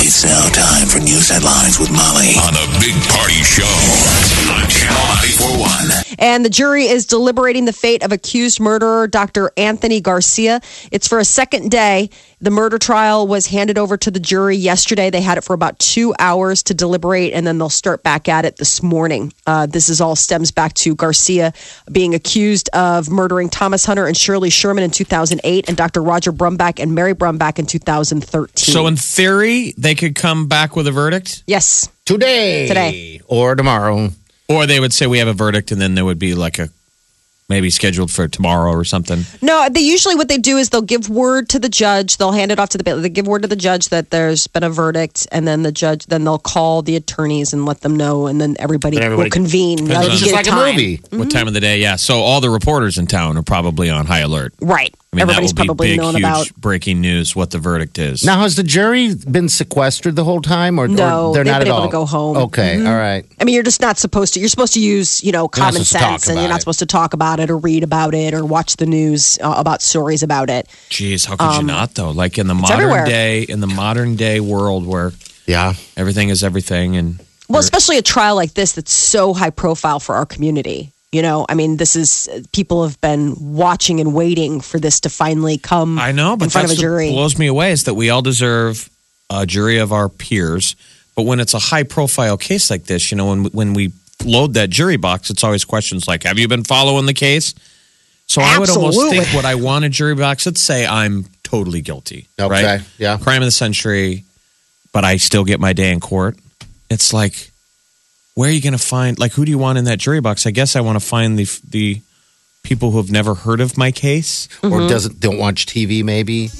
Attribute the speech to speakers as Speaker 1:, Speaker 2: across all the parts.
Speaker 1: It's now time for news headlines with Molly on the Big Party Show on Channel 941.
Speaker 2: And the jury is deliberating the fate of accused murderer Dr. Anthony Garcia. It's for a second day. The murder trial was handed over to the jury yesterday. They had it for about two hours to deliberate, and then they'll start back at it this morning. Uh, this is all stems back to Garcia being accused of murdering Thomas Hunter and Shirley Sherman in 2008, and Dr. Roger Brumback and Mary Brumback in 2013.
Speaker 3: So in theory, they could come back with a verdict,
Speaker 2: yes.
Speaker 4: Today.
Speaker 2: Today.
Speaker 4: Or tomorrow.
Speaker 3: or they would say we have a verdict, and then there would be like a maybe scheduled for tomorrow or something.
Speaker 2: No, they usually what they do is they'll give word to the judge. They'll hand it off to the bailiff. They give word to the judge that there's been a verdict, and then the judge then they'll call the attorneys and let them know, and then everybody,
Speaker 4: Then everybody-
Speaker 2: will convene. Now that you
Speaker 4: It's just
Speaker 2: get
Speaker 4: like a
Speaker 2: time.
Speaker 4: movie.
Speaker 3: What time of the day? Yeah. So all the reporters in town are probably on high alert.
Speaker 2: right?
Speaker 3: I mean,
Speaker 2: Everybody's
Speaker 3: that will
Speaker 2: probably
Speaker 3: be big,
Speaker 2: known
Speaker 3: huge
Speaker 2: about.
Speaker 3: breaking news. What the verdict is?
Speaker 4: Now, has the jury been sequestered the whole time, or, or
Speaker 2: No,
Speaker 4: they're
Speaker 2: they've
Speaker 4: not
Speaker 2: been
Speaker 4: at
Speaker 2: able
Speaker 4: all?
Speaker 2: to go home. Mm-hmm.
Speaker 4: Okay, all right.
Speaker 2: I mean, you're just not supposed to. You're supposed to use you know
Speaker 4: not
Speaker 2: common
Speaker 4: supposed to talk
Speaker 2: sense, and you're
Speaker 4: about
Speaker 2: not
Speaker 4: it.
Speaker 2: supposed to talk about it or read about it or watch the news uh, about stories about it.
Speaker 3: Jeez, how could you not though? Like in the modern
Speaker 2: um, everywhere.
Speaker 3: day, in the modern day world where
Speaker 4: Yeah,
Speaker 3: everything is everything, and
Speaker 2: Well, especially a trial like this that's so high profile for our community. You know, I mean, this is people have been watching and waiting for this to finally come.
Speaker 3: I know, but
Speaker 2: um, in front of
Speaker 3: that's
Speaker 2: a jury.
Speaker 3: what blows me away is that we all deserve a jury of our peers. But when it's a high profile case like this, you know, when when we load that jury box, it's always questions like, "Have you been following the case?" So I would almost
Speaker 2: Absolutely.
Speaker 3: think what I want a jury box. Let's say I'm totally guilty,
Speaker 4: Okay,
Speaker 3: right?
Speaker 4: yeah.
Speaker 3: crime of the century, but I still get my day in court. It's like, where are you going to find? Like, who do you want in that jury box? I guess I want to find the the people who have never heard of my case.
Speaker 2: Mm-hmm.
Speaker 4: or doesn't don't watch TV, maybe.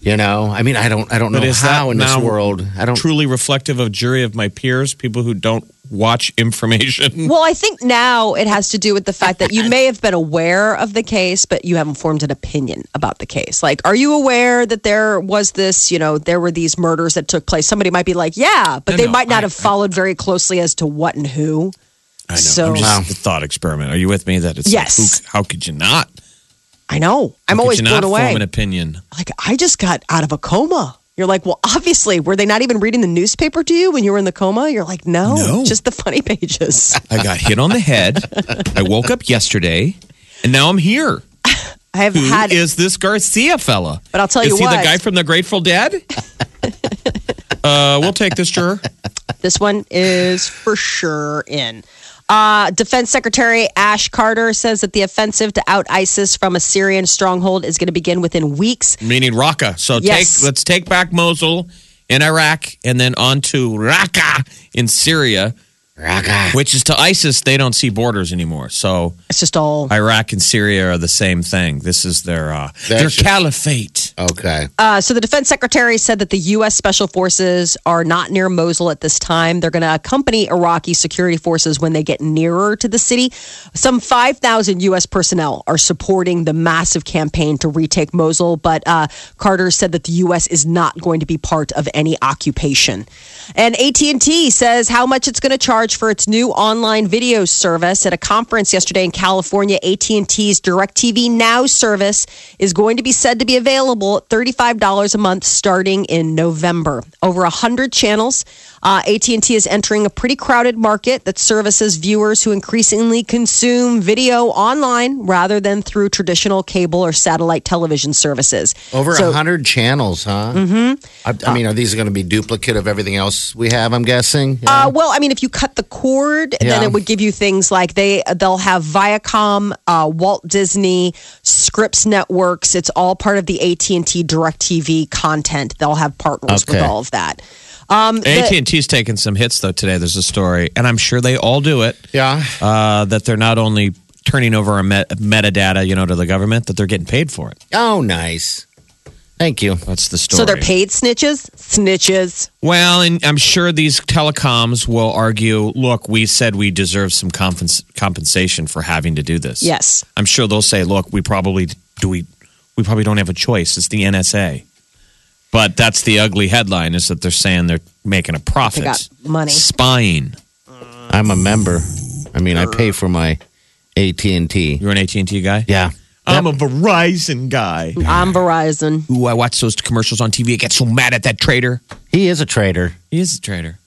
Speaker 4: You know, I mean, I don't, I don't know
Speaker 3: But is
Speaker 4: how
Speaker 3: that
Speaker 4: in this
Speaker 3: now
Speaker 4: world. I don't.
Speaker 3: truly reflective of jury of my peers, people who don't watch information.
Speaker 2: Well, I think now it has to do with the fact that you may have been aware of the case, but you haven't formed an opinion about the case. Like, are you aware that there was this, you know, there were these murders that took place? Somebody might be like, yeah, but
Speaker 3: No,
Speaker 2: they
Speaker 3: no,
Speaker 2: might not
Speaker 3: I-
Speaker 2: have followed very closely as to what and who.
Speaker 3: I know.
Speaker 2: So-
Speaker 3: I'm just the thought experiment. Are you with me? That it's like,
Speaker 2: Yes.
Speaker 3: who, how could you not?
Speaker 2: I know. I'm
Speaker 3: How
Speaker 2: always
Speaker 3: could you not
Speaker 2: blown away.
Speaker 3: Form an opinion.
Speaker 2: like, I just got out of a coma. You're like, well, obviously, were they not even reading the newspaper to you when you were in the coma? You're like, no,
Speaker 3: No.
Speaker 2: just the funny pages.
Speaker 3: I got hit on the head. I woke up yesterday, and now I'm here.
Speaker 2: I have
Speaker 3: Who is
Speaker 2: had
Speaker 3: this Garcia fella?
Speaker 2: But I'll tell you
Speaker 3: is he
Speaker 2: what.
Speaker 3: the guy from the Grateful Dead? uh, we'll take this juror.
Speaker 2: This one is for sure in. Uh, Defense Secretary Ash Carter says that the offensive to out ISIS from a Syrian stronghold is going to begin within weeks.
Speaker 3: Meaning Raqqa. So
Speaker 2: Yes.
Speaker 3: take let's take back Mosul in Iraq, and then on to Raqqa in Syria.
Speaker 4: Raka.
Speaker 3: which is to ISIS, they don't see borders anymore. So
Speaker 2: It's just all.
Speaker 3: Iraq and Syria are the same thing. This is their uh, their
Speaker 4: just-
Speaker 3: caliphate.
Speaker 4: Okay.
Speaker 2: Uh, so the defense secretary said that the U.S. special forces are not near Mosul at this time. They're going to accompany Iraqi security forces when they get nearer to the city. Some 5,000 U.S. personnel are supporting the massive campaign to retake Mosul, but uh, Carter said that the U.S. is not going to be part of any occupation. And AT&T says how much it's going to charge for its new online video service. At a conference yesterday in California, AT&T's DirecTV Now service is going to be said to be available at $35 a month starting in November. Over 100 channels. Uh, AT&T is entering a pretty crowded market that services viewers who increasingly consume video online rather than through traditional cable or satellite television services.
Speaker 4: Over a
Speaker 2: Uh, So-
Speaker 4: hundred channels, huh? Mm-hmm. I, I mean, are these going to be duplicate of everything else we have? I'm guessing. Yeah.
Speaker 2: Uh, well, I mean, if you cut the cord, then
Speaker 4: Yeah.
Speaker 2: it would give you things like they they'll have Viacom, uh, Walt Disney, Scripps Networks. It's all part of the AT and T Directv content. They'll have partners with
Speaker 4: Okay.
Speaker 2: all of that. Um,
Speaker 3: AT
Speaker 2: the-
Speaker 3: and T's taking some hits though today. There's a story, and I'm sure they all do it.
Speaker 4: yeah.
Speaker 3: Uh, that they're not only turning over a met- metadata, you know, to the government, that they're getting paid for it.
Speaker 4: Oh, nice. Thank you.
Speaker 3: That's the story.
Speaker 2: so they're paid snitches, snitches.
Speaker 3: Well, and I'm sure these telecoms will argue. Look, we said we deserve some compens- compensation for having to do this.
Speaker 2: Yes.
Speaker 3: I'm sure they'll say, "Look, we probably do we we probably don't have a choice. It's the NSA. But that's the ugly headline is that they're saying they're making a profit.
Speaker 2: got money.
Speaker 3: Spying.
Speaker 4: I'm a member. I mean, I pay for my AT and T.
Speaker 3: You're an AT&T guy?
Speaker 4: Yeah,
Speaker 3: I'm a Verizon guy.
Speaker 2: I'm Verizon.
Speaker 3: Ooh, I watch those commercials on TV. I get so mad at that trader.
Speaker 4: he is a traitor.
Speaker 3: He is a trader.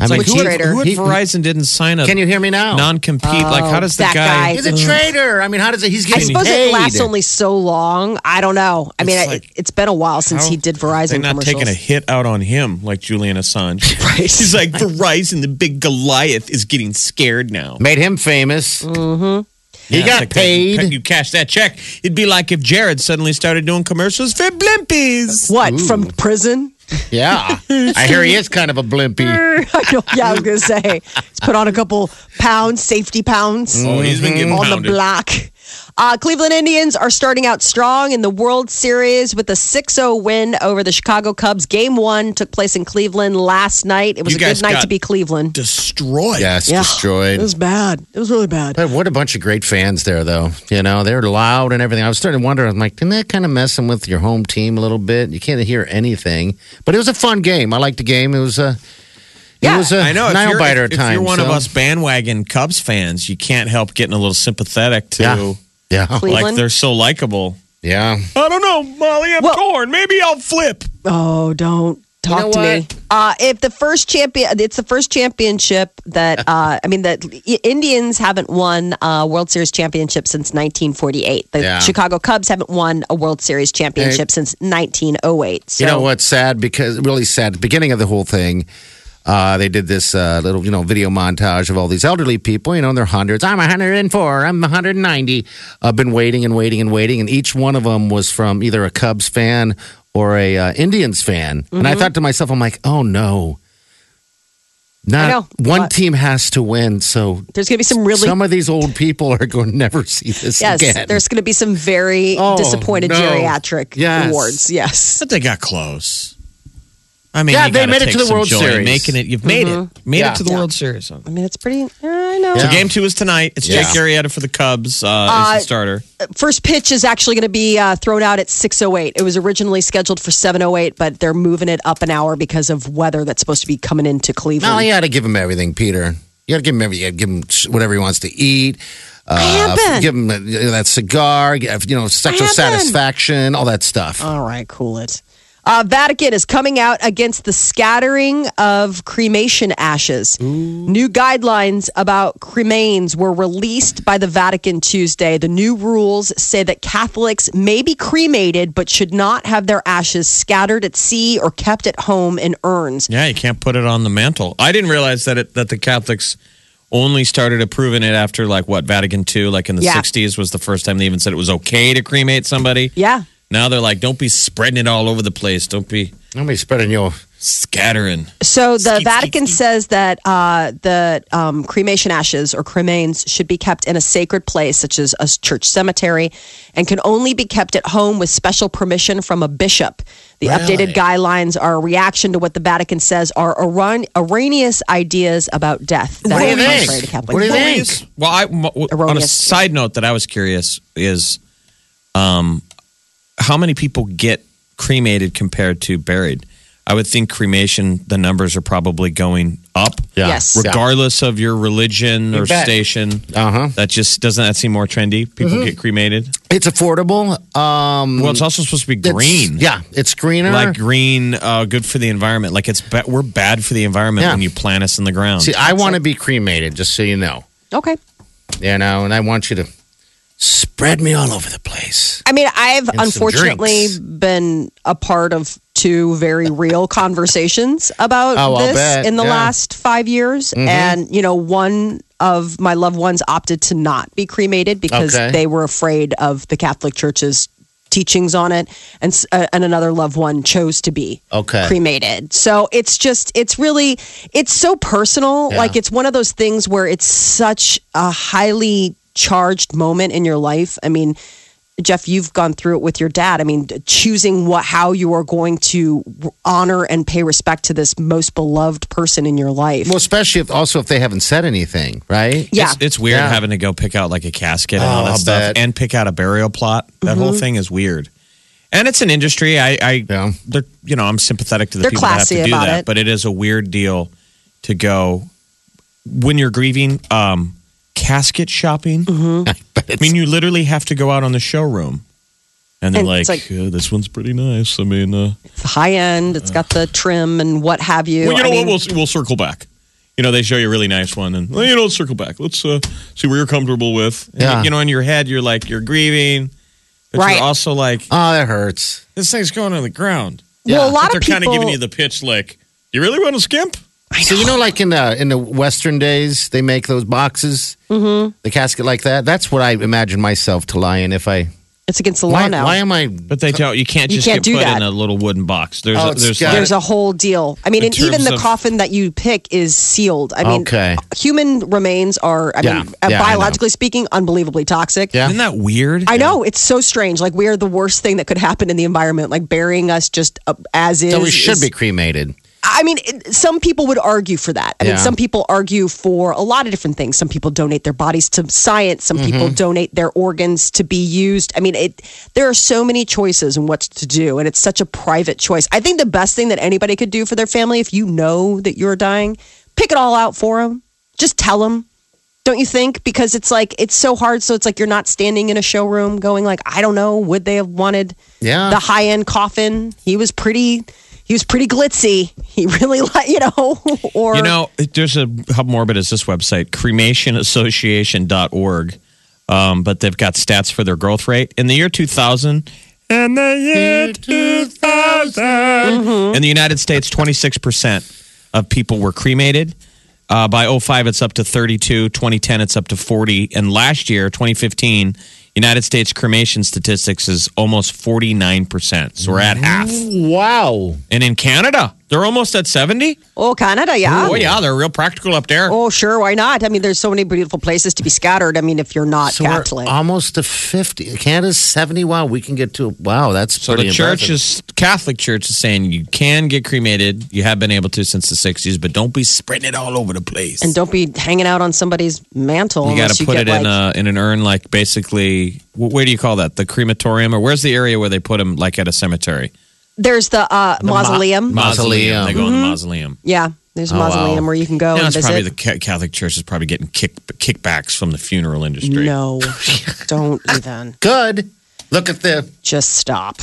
Speaker 4: I mean,
Speaker 2: like,
Speaker 4: he-
Speaker 3: who,
Speaker 2: traitor?
Speaker 3: who at
Speaker 4: he-
Speaker 3: Verizon didn't sign a
Speaker 4: Can you hear me now?
Speaker 3: non-compete? like, how does the
Speaker 2: Oh, that
Speaker 3: guy...
Speaker 2: guy.
Speaker 4: He's a traitor. I mean, how does it? He's
Speaker 2: I
Speaker 4: getting
Speaker 2: suppose
Speaker 4: paid.
Speaker 2: it lasts only so long. I don't know. I mean,
Speaker 3: It's
Speaker 2: I,
Speaker 3: like-
Speaker 2: it's been a while since
Speaker 3: How-
Speaker 2: he did Verizon
Speaker 3: They're not
Speaker 2: commercials.
Speaker 3: taking a hit out on him like Julian Assange.
Speaker 2: Right.
Speaker 3: He's like, Verizon, the big Goliath, is getting scared now.
Speaker 4: made him famous. He
Speaker 3: Mm-hmm. Yeah,
Speaker 4: got
Speaker 3: it's like that. You
Speaker 4: paid.
Speaker 3: ca- You cash that check. It'd be like if Jared suddenly started doing commercials for Blimpies.
Speaker 2: what from prison?
Speaker 4: Yeah, I hear he is kind of a blimpy.
Speaker 2: I know, yeah, I was gonna say he's put on a couple pounds, safety pounds.
Speaker 3: Oh, he's been getting
Speaker 2: on the
Speaker 3: pounded.
Speaker 2: block. Uh, Cleveland Indians are starting out strong in the World Series with a 6 0 win over the Chicago Cubs. Game one took place in Cleveland last night. It was
Speaker 3: You
Speaker 2: a good
Speaker 3: guys
Speaker 2: night
Speaker 3: got-
Speaker 2: to be Cleveland.
Speaker 3: Destroyed.
Speaker 4: Yes, destroyed.
Speaker 2: It was bad. It was really bad.
Speaker 4: But what a bunch of great fans there, though. You know, they're loud and everything. I was starting to wonder. I'm like, isn't that kind of messing with your home team a little bit? You can't hear anything. But it was a fun game. I liked the game. It was a, it
Speaker 2: Yeah.
Speaker 4: was a
Speaker 3: I know. If
Speaker 4: nail
Speaker 3: you're,
Speaker 4: biter
Speaker 3: if,
Speaker 4: at times.
Speaker 3: if you're one of
Speaker 4: so-
Speaker 3: us bandwagon Cubs fans, you can't help getting a little sympathetic to
Speaker 4: Yeah. Yeah,
Speaker 3: like
Speaker 2: Cleveland.
Speaker 3: they're so likable.
Speaker 4: yeah.
Speaker 3: I don't know, Molly. I'm
Speaker 2: Well-
Speaker 3: torn. Maybe I'll flip.
Speaker 2: Oh, don't talk
Speaker 4: know
Speaker 2: to me.
Speaker 4: what?
Speaker 2: Uh, if the first champion, it's the first championship that uh, I mean that I- Indians haven't won a World Series championship since 1948. The
Speaker 4: Yeah.
Speaker 2: Chicago Cubs haven't won a World Series championship since 1908. So
Speaker 4: You know what's sad? Because really sad. Beginning of the whole thing, uh, they did this uh, little you know video montage of all these elderly people. You know, in their hundreds. I'm 104. I'm 190. I've uh, been waiting and waiting and waiting, and each one of them was from either a Cubs fan or a uh, Indians fan. And
Speaker 2: Mm-hmm.
Speaker 4: I thought to myself, I'm like, oh no.
Speaker 2: I
Speaker 4: Not
Speaker 2: know.
Speaker 4: one
Speaker 2: What?
Speaker 4: team has to win, so
Speaker 2: There's going to be some really
Speaker 4: some of these old people are going to never see this
Speaker 2: yes.
Speaker 4: again.
Speaker 2: There's going to be some very
Speaker 4: Oh,
Speaker 2: disappointed
Speaker 4: no.
Speaker 2: geriatric
Speaker 4: Yes.
Speaker 2: awards. Yes.
Speaker 3: But they got close. I mean,
Speaker 4: Yeah,
Speaker 3: you
Speaker 4: they
Speaker 3: gotta
Speaker 4: made it
Speaker 3: take
Speaker 4: to the
Speaker 3: some
Speaker 4: World
Speaker 3: joy in
Speaker 4: Series.
Speaker 3: Making it, you've made it. Made
Speaker 4: Yeah.
Speaker 3: it to the
Speaker 2: Mm-hmm. Yeah.
Speaker 3: World Series.
Speaker 2: I mean, it's pretty. I know.
Speaker 3: So game two is tonight. It's Jake Arrieta for the Cubs uh, as the starter.
Speaker 2: First pitch is actually going to be uh, thrown out at 6:08. It was originally scheduled for 7:08, but they're moving it up an hour because of weather that's supposed to be coming into Cleveland.
Speaker 4: No, you got to give him everything, Peter. You got to give him everything. You gotta give him sh- whatever he wants to eat. Uh,
Speaker 2: have
Speaker 4: f-
Speaker 2: been.
Speaker 4: Give him uh, that cigar. g- uh, You know, sexual
Speaker 2: have been.
Speaker 4: satisfaction, all that stuff.
Speaker 2: All right, cool it. Uh, Vatican is coming out against the scattering of cremation ashes. New guidelines about cremains were released by the Vatican Tuesday. The new rules say that Catholics may be cremated but should not have their ashes scattered at sea or kept at home in urns.
Speaker 3: Yeah, you can't put it on the mantle. I didn't realize that it, that the Catholics only started approving it after like what Vatican II, like in the
Speaker 2: Yeah.
Speaker 3: '60s, was the first time they even said it was okay to cremate somebody.
Speaker 2: Yeah.
Speaker 3: Now they're like, don't be spreading it all over the place. Don't be
Speaker 4: Don't be spreading your.
Speaker 3: scattering.
Speaker 2: So the Vatican says that uh, the um, cremation ashes or cremains should be kept in a sacred place, such as a church cemetery, and can only be kept at home with special permission from a bishop. The updated guidelines are a reaction to what the Vatican says are Iran- erroneous ideas about death. That
Speaker 4: do you
Speaker 2: are contrary
Speaker 4: think?
Speaker 2: to Catholic
Speaker 4: What do you
Speaker 2: belief.
Speaker 4: think?
Speaker 3: Well, I, m- w- on a
Speaker 2: Erroneous.
Speaker 3: side note that I was curious is, um, how many people get cremated compared to buried? I would think cremation, the numbers are probably going up.
Speaker 4: Yeah.
Speaker 2: Yes.
Speaker 3: regardless of your religion or
Speaker 4: bet.
Speaker 3: station.
Speaker 4: Uh huh.
Speaker 3: That just doesn't that seem more trendy? People
Speaker 4: Mm-hmm.
Speaker 3: get cremated.
Speaker 4: It's affordable. Um,
Speaker 3: Well, it's also supposed to be
Speaker 4: it's-
Speaker 3: green.
Speaker 4: Yeah, it's greener.
Speaker 3: Like green, uh, good for the environment. Like it's ba- we're bad for the environment
Speaker 4: Yeah.
Speaker 3: when you plant us in the ground.
Speaker 4: See, I want to be cremated, just so you know.
Speaker 2: Okay.
Speaker 4: You know, and I want you to spread me all over the place.
Speaker 2: I mean, I've
Speaker 4: some
Speaker 2: unfortunately
Speaker 4: drinks.
Speaker 2: been a part of two very real conversations about
Speaker 4: Oh, I'll
Speaker 2: this
Speaker 4: bet,
Speaker 2: in the
Speaker 4: yeah. Mm-hmm.
Speaker 2: last five years. And, you know, one of my loved ones opted to not be cremated because
Speaker 4: Okay.
Speaker 2: they were afraid of the Catholic Church's teachings on it. And, s- uh, and another loved one chose to be
Speaker 4: Okay.
Speaker 2: cremated. So it's just, it's really, it's so personal. Like it's one of those things where it's such a highly charged moment in your life. I mean, Jeff, you've gone through it with your dad. I mean, choosing what how you are going to honor and pay respect to this most beloved person in your life.
Speaker 4: Well, especially if also if they haven't said anything, right?
Speaker 2: yeah.
Speaker 3: It's, it's weird
Speaker 4: Yeah.
Speaker 3: having to go pick out like a casket and all
Speaker 4: Oh,
Speaker 3: that
Speaker 4: I'll
Speaker 3: stuff
Speaker 4: bet.
Speaker 2: Mm-hmm.
Speaker 3: and pick out a burial plot. That whole thing is weird. And it's an industry. I, I
Speaker 4: Yeah.
Speaker 3: they're, you know, I'm sympathetic to the
Speaker 2: They're
Speaker 3: people that have
Speaker 2: classy
Speaker 3: to do
Speaker 2: about
Speaker 3: that,
Speaker 2: it.
Speaker 3: but it is a weird deal to go when you're grieving. Um, casket shopping.
Speaker 2: Mm-hmm.
Speaker 3: I mean, you literally have to go out on the showroom, and they're
Speaker 2: And
Speaker 3: like,
Speaker 2: it's
Speaker 3: "Yeah, "This one's pretty nice." I mean, uh,
Speaker 2: It's high end. It's got the trim and what have you.
Speaker 3: well, you
Speaker 2: I
Speaker 3: know
Speaker 2: mean,
Speaker 3: what? We'll we'll circle back. You know, they show you a really nice one, and well, you know, let's circle back. Let's uh, see where you're comfortable with. And,
Speaker 4: Yeah.
Speaker 3: You know, in your head, you're like you're grieving, but
Speaker 2: Right.
Speaker 3: you're also like
Speaker 4: Oh, that hurts.
Speaker 3: this thing's going on the ground.
Speaker 2: well, a
Speaker 3: But
Speaker 2: lot
Speaker 3: they're
Speaker 2: of people.
Speaker 3: kind of giving you the pitch, like you really want to skimp.
Speaker 4: So you know, like in the in the Western days, they make those boxes, mm-hmm. the casket like that. That's what I imagine myself to lie in if I.
Speaker 2: it's against the law
Speaker 4: Why,
Speaker 2: now.
Speaker 4: why am I?
Speaker 3: But they don't. You can't
Speaker 2: You
Speaker 3: just
Speaker 2: can't
Speaker 3: get
Speaker 2: do
Speaker 3: put
Speaker 2: that.
Speaker 3: in a little wooden box. There's
Speaker 4: Oh,
Speaker 3: a,
Speaker 4: it's
Speaker 3: there's
Speaker 4: got-
Speaker 3: like,
Speaker 2: There's a whole deal. I mean,
Speaker 3: In
Speaker 2: and even
Speaker 3: terms
Speaker 2: the
Speaker 3: of-
Speaker 2: coffin that you pick is sealed. I mean,
Speaker 4: Okay.
Speaker 2: human remains are, I
Speaker 4: Yeah.
Speaker 2: mean, uh,
Speaker 4: Yeah, I know.
Speaker 2: biologically speaking, unbelievably toxic.
Speaker 4: Yeah.
Speaker 3: isn't that weird?
Speaker 2: I know it's so strange. Like we are the worst thing that could happen in the environment. Like burying us just uh, as is.
Speaker 4: So we should
Speaker 2: is-
Speaker 4: be cremated.
Speaker 2: I mean, it, some people would argue for that. I mean,
Speaker 4: Yeah.
Speaker 2: some people argue for a lot of different things. Some people donate their bodies to science. Some people
Speaker 4: Mm-hmm.
Speaker 2: donate their organs to be used. I mean, it. There are so many choices in what to do, and it's such a private choice. I think the best thing that anybody could do for their family, if you know that you're dying, pick it all out for them. Just tell them. Don't you think? Because it's like it's so hard. So it's like you're not standing in a showroom going like, I don't know, would they have wanted
Speaker 4: Yeah.
Speaker 2: the high end coffin? He was pretty. He was pretty glitzy. He really like you know. Or
Speaker 3: You know, there's a how morbid is this website? cremationassociation.org. Um, but they've got stats for their growth rate in the year 2000. In the year 2000, in the United States, 26% of people were cremated. Uh, by 05, it's up to 32. 2010, it's up to 40. And last year, 2015, United States cremation statistics is almost 49%. So we're at half.
Speaker 4: Wow.
Speaker 3: And in Canada, they're almost at 70.
Speaker 2: oh Canada, yeah.
Speaker 3: Oh, yeah, they're real practical up there.
Speaker 2: Oh sure, why not? I mean, there's so many beautiful places to be scattered. I mean, if you're not
Speaker 4: So we're
Speaker 2: Catholic,
Speaker 4: almost to fifty. Canada's seventy. Wow, we can get to. Wow, that's
Speaker 3: So the
Speaker 4: pretty
Speaker 3: church
Speaker 4: impressive.
Speaker 3: is Catholic Church is saying you can get cremated. You have been able to since the sixties, but don't be spreading it all over the place.
Speaker 2: and don't be hanging out on somebody's mantle.
Speaker 3: you got
Speaker 2: unless
Speaker 3: to put
Speaker 2: get,
Speaker 3: it in
Speaker 2: like-
Speaker 3: a in an urn, like basically, wh- where do you call that? The crematorium, or where's the area where they put them, like at a cemetery?
Speaker 2: There's the, uh, mausoleum.
Speaker 4: Mausoleum.
Speaker 3: They go in the mausoleum.
Speaker 2: yeah, there's a
Speaker 4: Oh, wow.
Speaker 2: mausoleum where you can Mm-hmm. go
Speaker 3: Now
Speaker 2: and
Speaker 3: it's
Speaker 2: visit.
Speaker 3: probably the Ca- Catholic Church is probably getting kick, kickbacks from the funeral industry.
Speaker 2: No, don't even.
Speaker 4: good. Look at the.
Speaker 2: Just stop.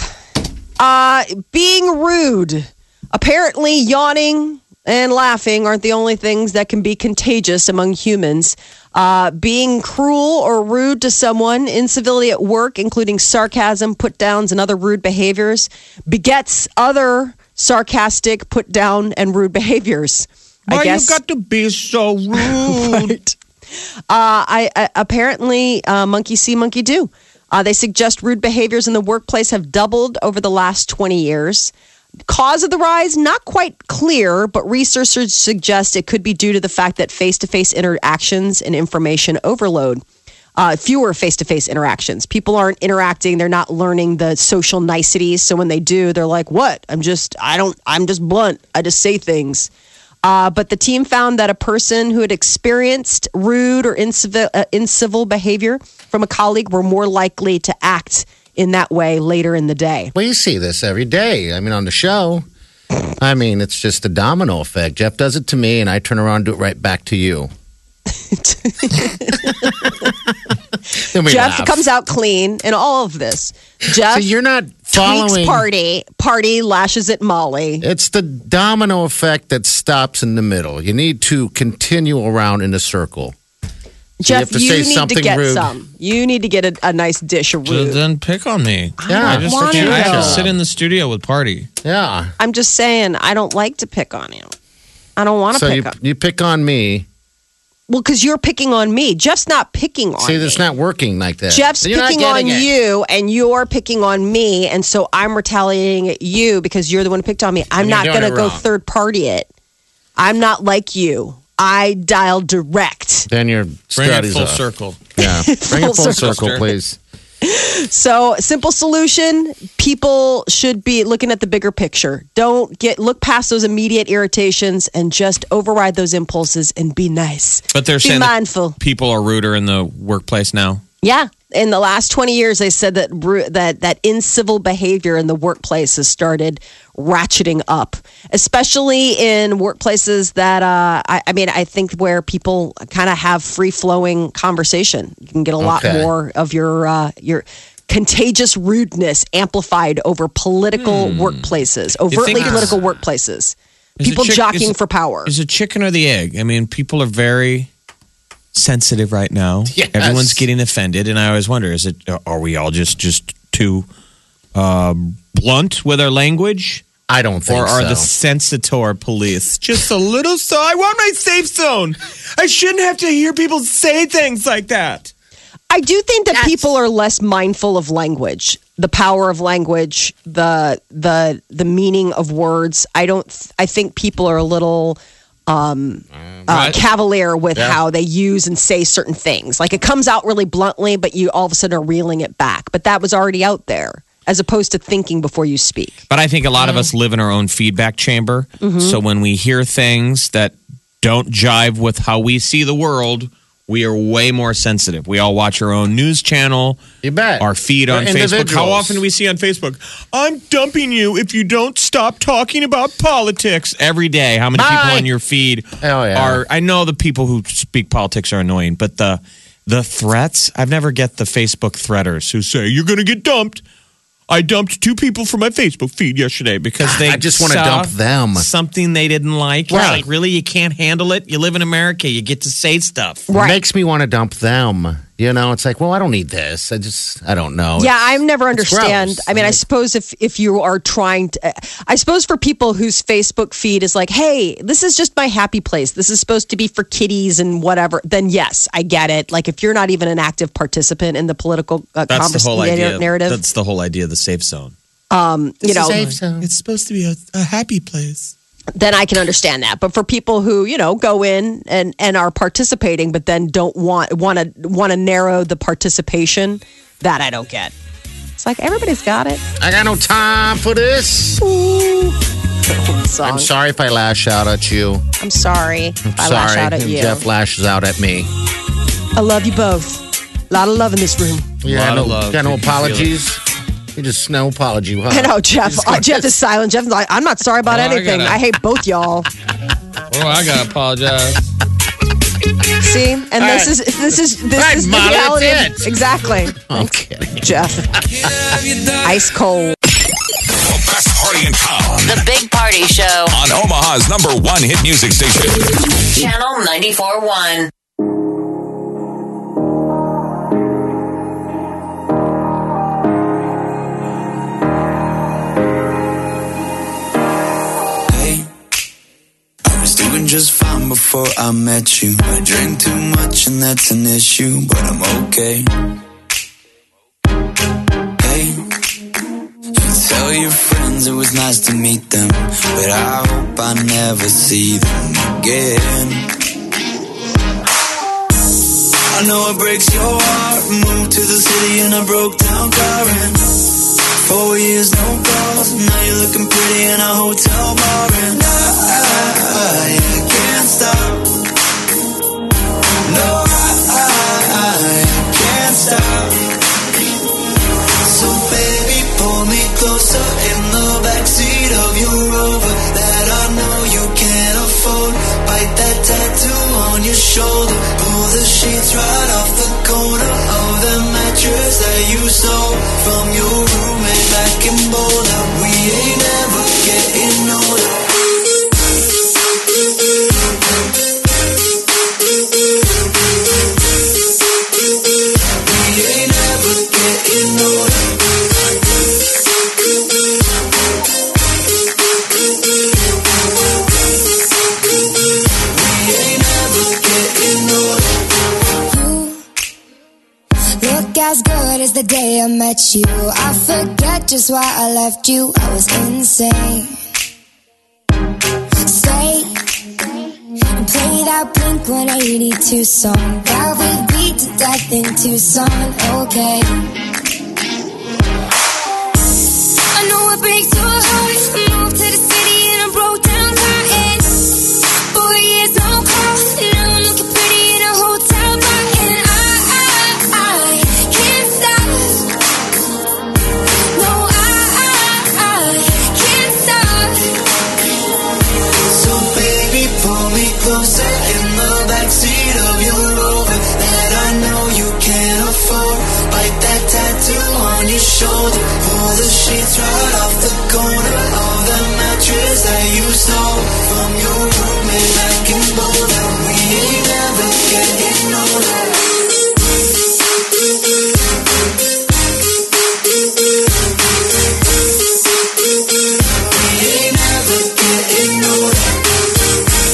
Speaker 2: Uh, being rude. Apparently, yawning and laughing aren't the only things that can be contagious among humans. Uh, being cruel or rude to someone, incivility at work, including sarcasm, put downs, and other rude behaviors, begets other sarcastic, put down, and rude behaviors. I guess.
Speaker 3: to be so rude?
Speaker 2: Right. Uh, I, I apparently uh, monkey see, monkey do. Uh, they suggest rude behaviors in the workplace have doubled over the last 20 years. Cause of the rise, not quite clear, but researchers suggest it could be due to the fact that face to face interactions and information overload. Uh, fewer face to face interactions. People aren't interacting. They're not learning the social niceties. So when they do, they're like, what? I'm just, I don't, I'm just blunt. I just say things. Uh, but the team found that a person who had experienced rude or incivil, uh, incivil behavior from a colleague were more likely to act in that way later in the day.
Speaker 4: Well, you see this every day. I mean, on the show. I mean, it's just a domino effect. Jeff does it to me, and I turn around and do it right back to you. Then we
Speaker 2: Jeff
Speaker 4: laugh.
Speaker 2: comes out clean in all of this. Jeff
Speaker 4: So you're not
Speaker 2: tweaks
Speaker 4: following.
Speaker 2: party, party lashes at Molly.
Speaker 4: It's the domino effect that stops in the middle. You need to continue around in a circle.
Speaker 2: Jeff,
Speaker 4: have to
Speaker 2: you
Speaker 4: say
Speaker 2: need to
Speaker 4: something
Speaker 2: get
Speaker 4: rude.
Speaker 2: some. You need to get a, a nice dish of rude.
Speaker 3: Then pick on me.
Speaker 4: Yeah,
Speaker 3: I just
Speaker 2: want
Speaker 3: I can't. I have
Speaker 2: to.
Speaker 3: to sit in the studio with party.
Speaker 4: Yeah.
Speaker 2: I'm just saying, I don't like to pick on you. I don't want to
Speaker 4: So
Speaker 2: pick
Speaker 4: you,
Speaker 2: on.
Speaker 4: you pick on me.
Speaker 2: Well, because you're picking on me. Jeff's not picking on
Speaker 4: See,
Speaker 2: me.
Speaker 4: that's not working like that.
Speaker 2: Jeff's
Speaker 4: You're not
Speaker 2: picking on
Speaker 4: getting it.
Speaker 2: you, and you're picking on me, and so I'm retaliating at you because you're the one who picked on me. I'm
Speaker 4: And you're
Speaker 2: not
Speaker 4: doing
Speaker 2: going to
Speaker 4: it
Speaker 2: go
Speaker 4: wrong.
Speaker 2: third party it. I'm not like you. I dial direct.
Speaker 4: Then your
Speaker 3: Bring it
Speaker 4: studies
Speaker 3: full
Speaker 4: off.
Speaker 3: circle.
Speaker 4: Yeah. Bring
Speaker 2: Full
Speaker 4: it full
Speaker 2: circle.
Speaker 4: circle, please.
Speaker 2: So, simple solution people should be looking at the bigger picture. Don't get look past those immediate irritations and just override those impulses and be nice.
Speaker 3: But they're
Speaker 2: Be
Speaker 3: saying that
Speaker 2: mindful.
Speaker 3: people are ruder in the workplace now.
Speaker 2: Yeah, in the last 20 years, they said that bru- that that incivil behavior in the workplace has started ratcheting up, especially in workplaces that uh, I, I mean, I think where people kind of have free flowing conversation, you can get a lot
Speaker 4: Okay.
Speaker 2: more of your uh, your contagious rudeness amplified over political workplaces, overtly
Speaker 3: Hmm. it's-
Speaker 2: political workplaces,
Speaker 3: Is it
Speaker 2: people
Speaker 3: chick-
Speaker 2: jockeying
Speaker 3: is it-
Speaker 2: for power.
Speaker 3: Is it chicken or the egg? I mean, people are very sensitive right now.
Speaker 4: Yes.
Speaker 3: Everyone's getting offended, and I always wonder: is it are we all just just too uh, blunt with our language,
Speaker 4: I don't think
Speaker 3: or are
Speaker 4: so.
Speaker 3: the sensitor police just a little? So I want my safe zone. I shouldn't have to hear people say things like that.
Speaker 2: I do think that people are less mindful of language, the power of language, the the the meaning of words. I don't. I think people are a little um, uh, cavalier with how they use and say certain things. Like it comes out really bluntly, but you all of a sudden are reeling it back. But that was already out there, as opposed to thinking before you speak.
Speaker 3: But I think a lot of us live in our own feedback chamber. So when we hear things that don't jive with how we see the world, we are way more sensitive. We all watch our own news channel,
Speaker 4: You bet.
Speaker 3: our feed on
Speaker 4: We're
Speaker 3: Facebook. How
Speaker 4: individuals.
Speaker 3: often do we see on Facebook, I'm dumping you if you don't stop talking about politics every day? How many people
Speaker 4: Bye.
Speaker 3: on your feed
Speaker 4: Oh, yeah.
Speaker 3: are I know the people who speak politics are annoying, but the the threats, I've never get the Facebook threaters who say you're going to get dumped. I dumped two people from my Facebook feed yesterday because they
Speaker 4: I just wanna
Speaker 3: saw
Speaker 4: dump them.
Speaker 3: Something they didn't like. Yeah,
Speaker 4: Right.
Speaker 3: like really you can't handle it. You live in America, you get to say stuff.
Speaker 2: Right.
Speaker 4: makes me want to dump them. You know, it's like, well, I don't need this. I just, I don't know.
Speaker 2: Yeah, I've never
Speaker 4: it's
Speaker 2: understand.
Speaker 4: gross.
Speaker 2: I mean, I
Speaker 4: Like-
Speaker 2: suppose if if you are trying to, I suppose for people whose Facebook feed is like, hey, this is just my happy place. This is supposed to be for kiddies and whatever. Then yes, I get it. Like if you're not even an active participant in the political uh,
Speaker 3: That's the
Speaker 2: convers-
Speaker 3: whole idea.
Speaker 2: narrative,
Speaker 3: That's the whole idea of the safe zone.
Speaker 2: you know,
Speaker 3: It's supposed to be a, a happy place.
Speaker 2: then I can understand that. But for people who you know go in and and are participating, but then don't want want to want to narrow the participation, that I don't get. It's like everybody's got it.
Speaker 4: I got no time for this.
Speaker 2: Song.
Speaker 4: I'm sorry if I lash out at you.
Speaker 2: I'm sorry if I
Speaker 4: sorry
Speaker 2: lash out at
Speaker 4: if
Speaker 2: you.
Speaker 4: Jeff lashes out at me.
Speaker 2: I love you both. A lot of love in this room.
Speaker 4: Yeah,
Speaker 3: Lot
Speaker 4: no,
Speaker 3: of love.
Speaker 4: got no
Speaker 3: You can feel
Speaker 4: apologies. You just no apology. Huh?
Speaker 2: I know, Jeff. Uh, Jeff is silent. Jeff's like, I'm not sorry about
Speaker 3: Well, Oh, I
Speaker 2: anything.
Speaker 3: gotta-
Speaker 2: I, hate both y'all.
Speaker 3: Oh, I gotta apologize.
Speaker 2: See, and this
Speaker 4: right.
Speaker 2: is this is this
Speaker 4: Right,
Speaker 2: is the
Speaker 4: Molly, that's
Speaker 2: reality. of-
Speaker 4: it.
Speaker 2: Exactly,
Speaker 4: I'm kidding.
Speaker 2: Jeff. Ice cold.
Speaker 1: The best party in town
Speaker 5: The Big Party Show.
Speaker 1: on Omaha's number one hit music station.
Speaker 5: Channel 94.1.
Speaker 6: Hey, I was doing just fine before I met you. I drink too much and that's an issue, but I'm okay. Hey, you tell your friends it was nice to meet them, but I hope I never see them again. I know it breaks your heart. Moved to the city in a broke down car and four years no calls. Now you're looking pretty in a hotel bar and I, can't stop. No, I, can't stop. So baby, pull me closer in the backseat of your Rover that I know you can't afford. Bite that tattoo on your shoulder. Pull the sheets right off the corner of the mattress that you stole from your roommate back in Boulder. We ain't ever getting older. We ain't ever getting older. We ain't ever getting older.
Speaker 7: Look as good as the day I met you. I forget just why I left you. I was insane. Stay and play that Blink 182 song that we beat to death in Tucson. Okay. I know it breaks your heart. Moved to the city in a broke down car and four years no call. Now I'm looking pretty in a hotel bar and I, I, I
Speaker 6: shoulder. Pull the sheets right off the corner of the mattress that you stole from your roommate back in Boulder. We ain't never getting older. We ain't never getting older.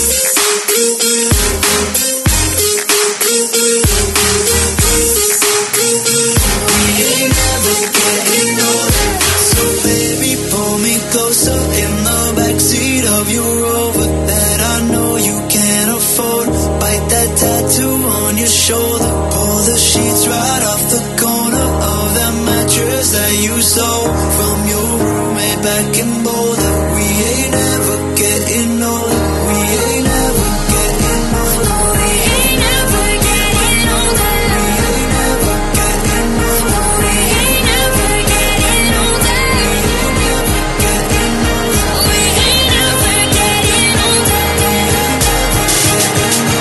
Speaker 6: So baby, pull me closer in the backseat of your Rover that I know you can't afford. Bite that tattoo on your shoulder. Pull the sheets right off the corner of that mattress that you stole from your roommate back in Boulder. We ain't ever getting older. We ain't ever getting older. We ain't ever getting older. We ain't ever getting older. We ain't ever getting older. We ain't ever getting older. No, we ain't ever getting older.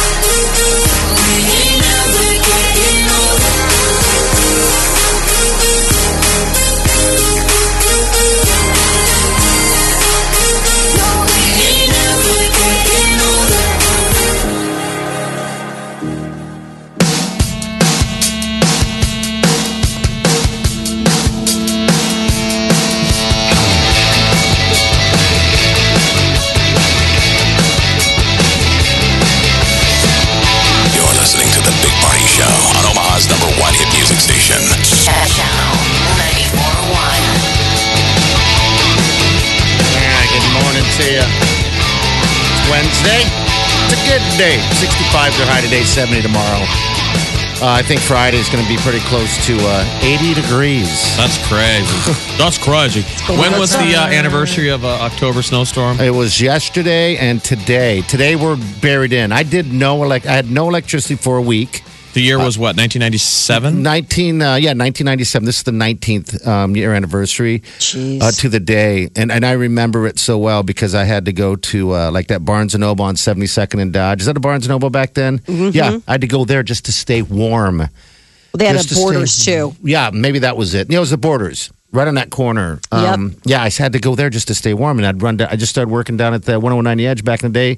Speaker 6: We ain't ever getting older. No, we ain't ever getting older.
Speaker 1: You're listening to The Big Party Show on Omaha's number one hit music station.
Speaker 5: Channel 941.
Speaker 4: Yeah, good morning to you. It's Wednesday. It's a good day. 65 to high today, 70 tomorrow. Uh, I think Friday is going to be pretty close to uh, 80 degrees.
Speaker 3: That's crazy. That's crazy. When was the uh, anniversary of uh, October snowstorm?
Speaker 4: It was yesterday and today. Today we're buried in. I did no elec- I had no electricity for a week.
Speaker 3: The
Speaker 4: Uh,
Speaker 3: year was what? 1997.
Speaker 4: 19 uh, yeah 1997 this is the 19th um, year anniversary
Speaker 2: Jeez.
Speaker 4: Uh, to the day and and I remember it so well because I had to go to uh, like that Barnes and Noble on 72nd and Dodge is that a Barnes and Noble back then
Speaker 2: Mm-hmm.
Speaker 4: yeah I had to go there just to stay warm
Speaker 2: they had
Speaker 4: Just
Speaker 2: a
Speaker 4: to
Speaker 2: borders
Speaker 4: stay-
Speaker 2: too.
Speaker 4: yeah maybe that was it yeah it was the borders right on that corner Um, yeah I had to go there just to stay warm and I'd run down, I just started working down at the 109 The Edge back in the day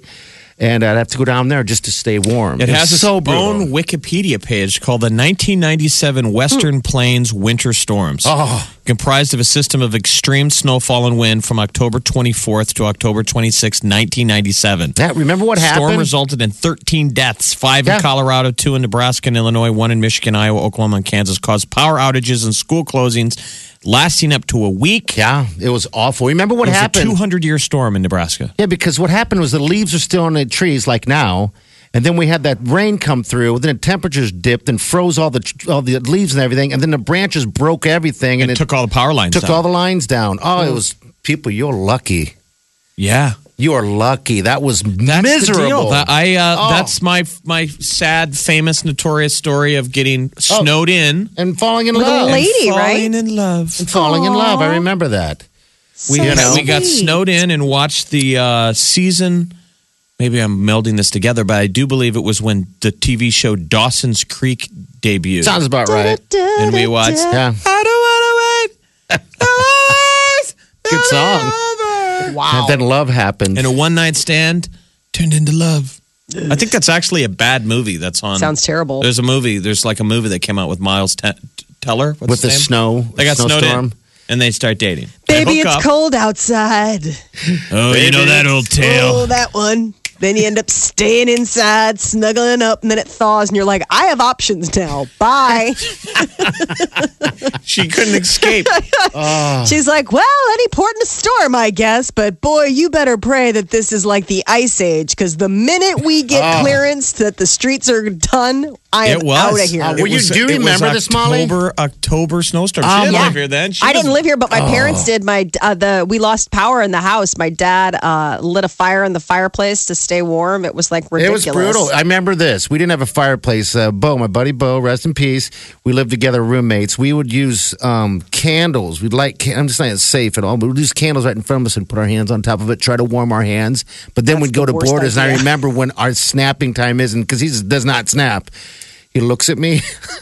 Speaker 4: and I'd have to go down there just to stay warm
Speaker 3: It has its
Speaker 4: was so brutal.
Speaker 3: own Wikipedia page called the 1997 Western Plains Winter Storms,
Speaker 4: Hmm. Oh.
Speaker 3: comprised of a system of extreme snowfall and wind from October 24th to October 26, 1997.
Speaker 4: that remember what
Speaker 3: storm
Speaker 4: happened
Speaker 3: resulted in 13 deaths, five
Speaker 4: Yeah.
Speaker 3: in Colorado, two in Nebraska and Illinois, one in Michigan, Iowa, Oklahoma, and Kansas, caused power outages and school closings lasting up to a week.
Speaker 4: yeah it was awful remember what
Speaker 3: it was
Speaker 4: happened
Speaker 3: a 200 year storm in Nebraska.
Speaker 4: Yeah, because what happened was the leaves are still on the trees like now, and then we had that rain come through, and then the temperatures dipped and froze all the tr- all the leaves and everything, and then the branches broke everything, and
Speaker 3: It,
Speaker 4: it,
Speaker 3: took all the power lines.
Speaker 4: took
Speaker 3: down.
Speaker 4: all the lines down. Oh, it was people. You're lucky.
Speaker 3: yeah.
Speaker 4: You are lucky. That was
Speaker 3: That's the
Speaker 4: miserable.
Speaker 3: deal. That- I uh,
Speaker 4: Oh.
Speaker 3: that's my my sad, famous, notorious story of getting
Speaker 4: Oh.
Speaker 3: snowed in,
Speaker 4: and falling in
Speaker 2: With a
Speaker 4: love.
Speaker 2: lady.
Speaker 3: falling
Speaker 2: right?
Speaker 3: in love.
Speaker 4: And falling in love. I remember that.
Speaker 2: So
Speaker 4: you know.
Speaker 3: We got
Speaker 2: sweet.
Speaker 3: snowed in and watched the uh, season. Maybe I'm melding this together, but I do believe it was when the TV show Dawson's Creek debuted,
Speaker 4: Sounds about right.
Speaker 3: and we watched.
Speaker 4: Yeah.
Speaker 3: I don't want to wait.
Speaker 4: Good song.
Speaker 2: Wow.
Speaker 4: And then love happened.
Speaker 3: And a one night stand turned into love. I think that's actually a bad movie. That's on.
Speaker 2: Sounds terrible.
Speaker 3: There's a movie. There's like a movie that came out with Miles Te- Teller What's
Speaker 4: with the
Speaker 3: his name?
Speaker 4: snow,
Speaker 3: They got snowed
Speaker 4: snowstorm.
Speaker 3: in, and they start dating. They
Speaker 2: Baby,
Speaker 3: hook
Speaker 2: it's
Speaker 3: up.
Speaker 2: cold outside.
Speaker 3: Oh, you know that old
Speaker 2: Oh,
Speaker 3: tale.
Speaker 2: that one. Then you end up staying inside, snuggling up, and then it thaws, and you're like, I have options now. Bye.
Speaker 3: She couldn't escape.
Speaker 2: She's like, Well, any port in a storm, I guess, but boy, you better pray that this is like the ice age, because the minute we get clearance that the streets are done, I am
Speaker 3: It was.
Speaker 2: out of here.
Speaker 4: Uh, were you-
Speaker 3: It was-
Speaker 4: do you
Speaker 3: it was
Speaker 4: remember this, Molly?
Speaker 3: October, October snowstorm. She
Speaker 4: Um,
Speaker 3: didn't
Speaker 4: yeah.
Speaker 3: live here then. She
Speaker 2: I
Speaker 3: was-
Speaker 2: didn't live here, but my parents did. My uh, the we lost power in the house. My dad uh, lit a fire in the fireplace to stay warm. It was like
Speaker 4: It
Speaker 2: ridiculous.
Speaker 4: was brutal. I remember this. We didn't have a fireplace. Uh, Bo, my buddy Bo, rest in peace. We lived together, roommates. We would use um, candles. We'd light. Can- I'm just saying it's safe at all. But we'd use candles right in front of us and put our hands on top of it, try to warm our hands. But then
Speaker 2: That's
Speaker 4: we'd go
Speaker 2: the
Speaker 4: to
Speaker 2: worst
Speaker 4: Borders, and I
Speaker 2: idea.
Speaker 4: remember when our snapping time isn't because he just does not snap. He looks at me.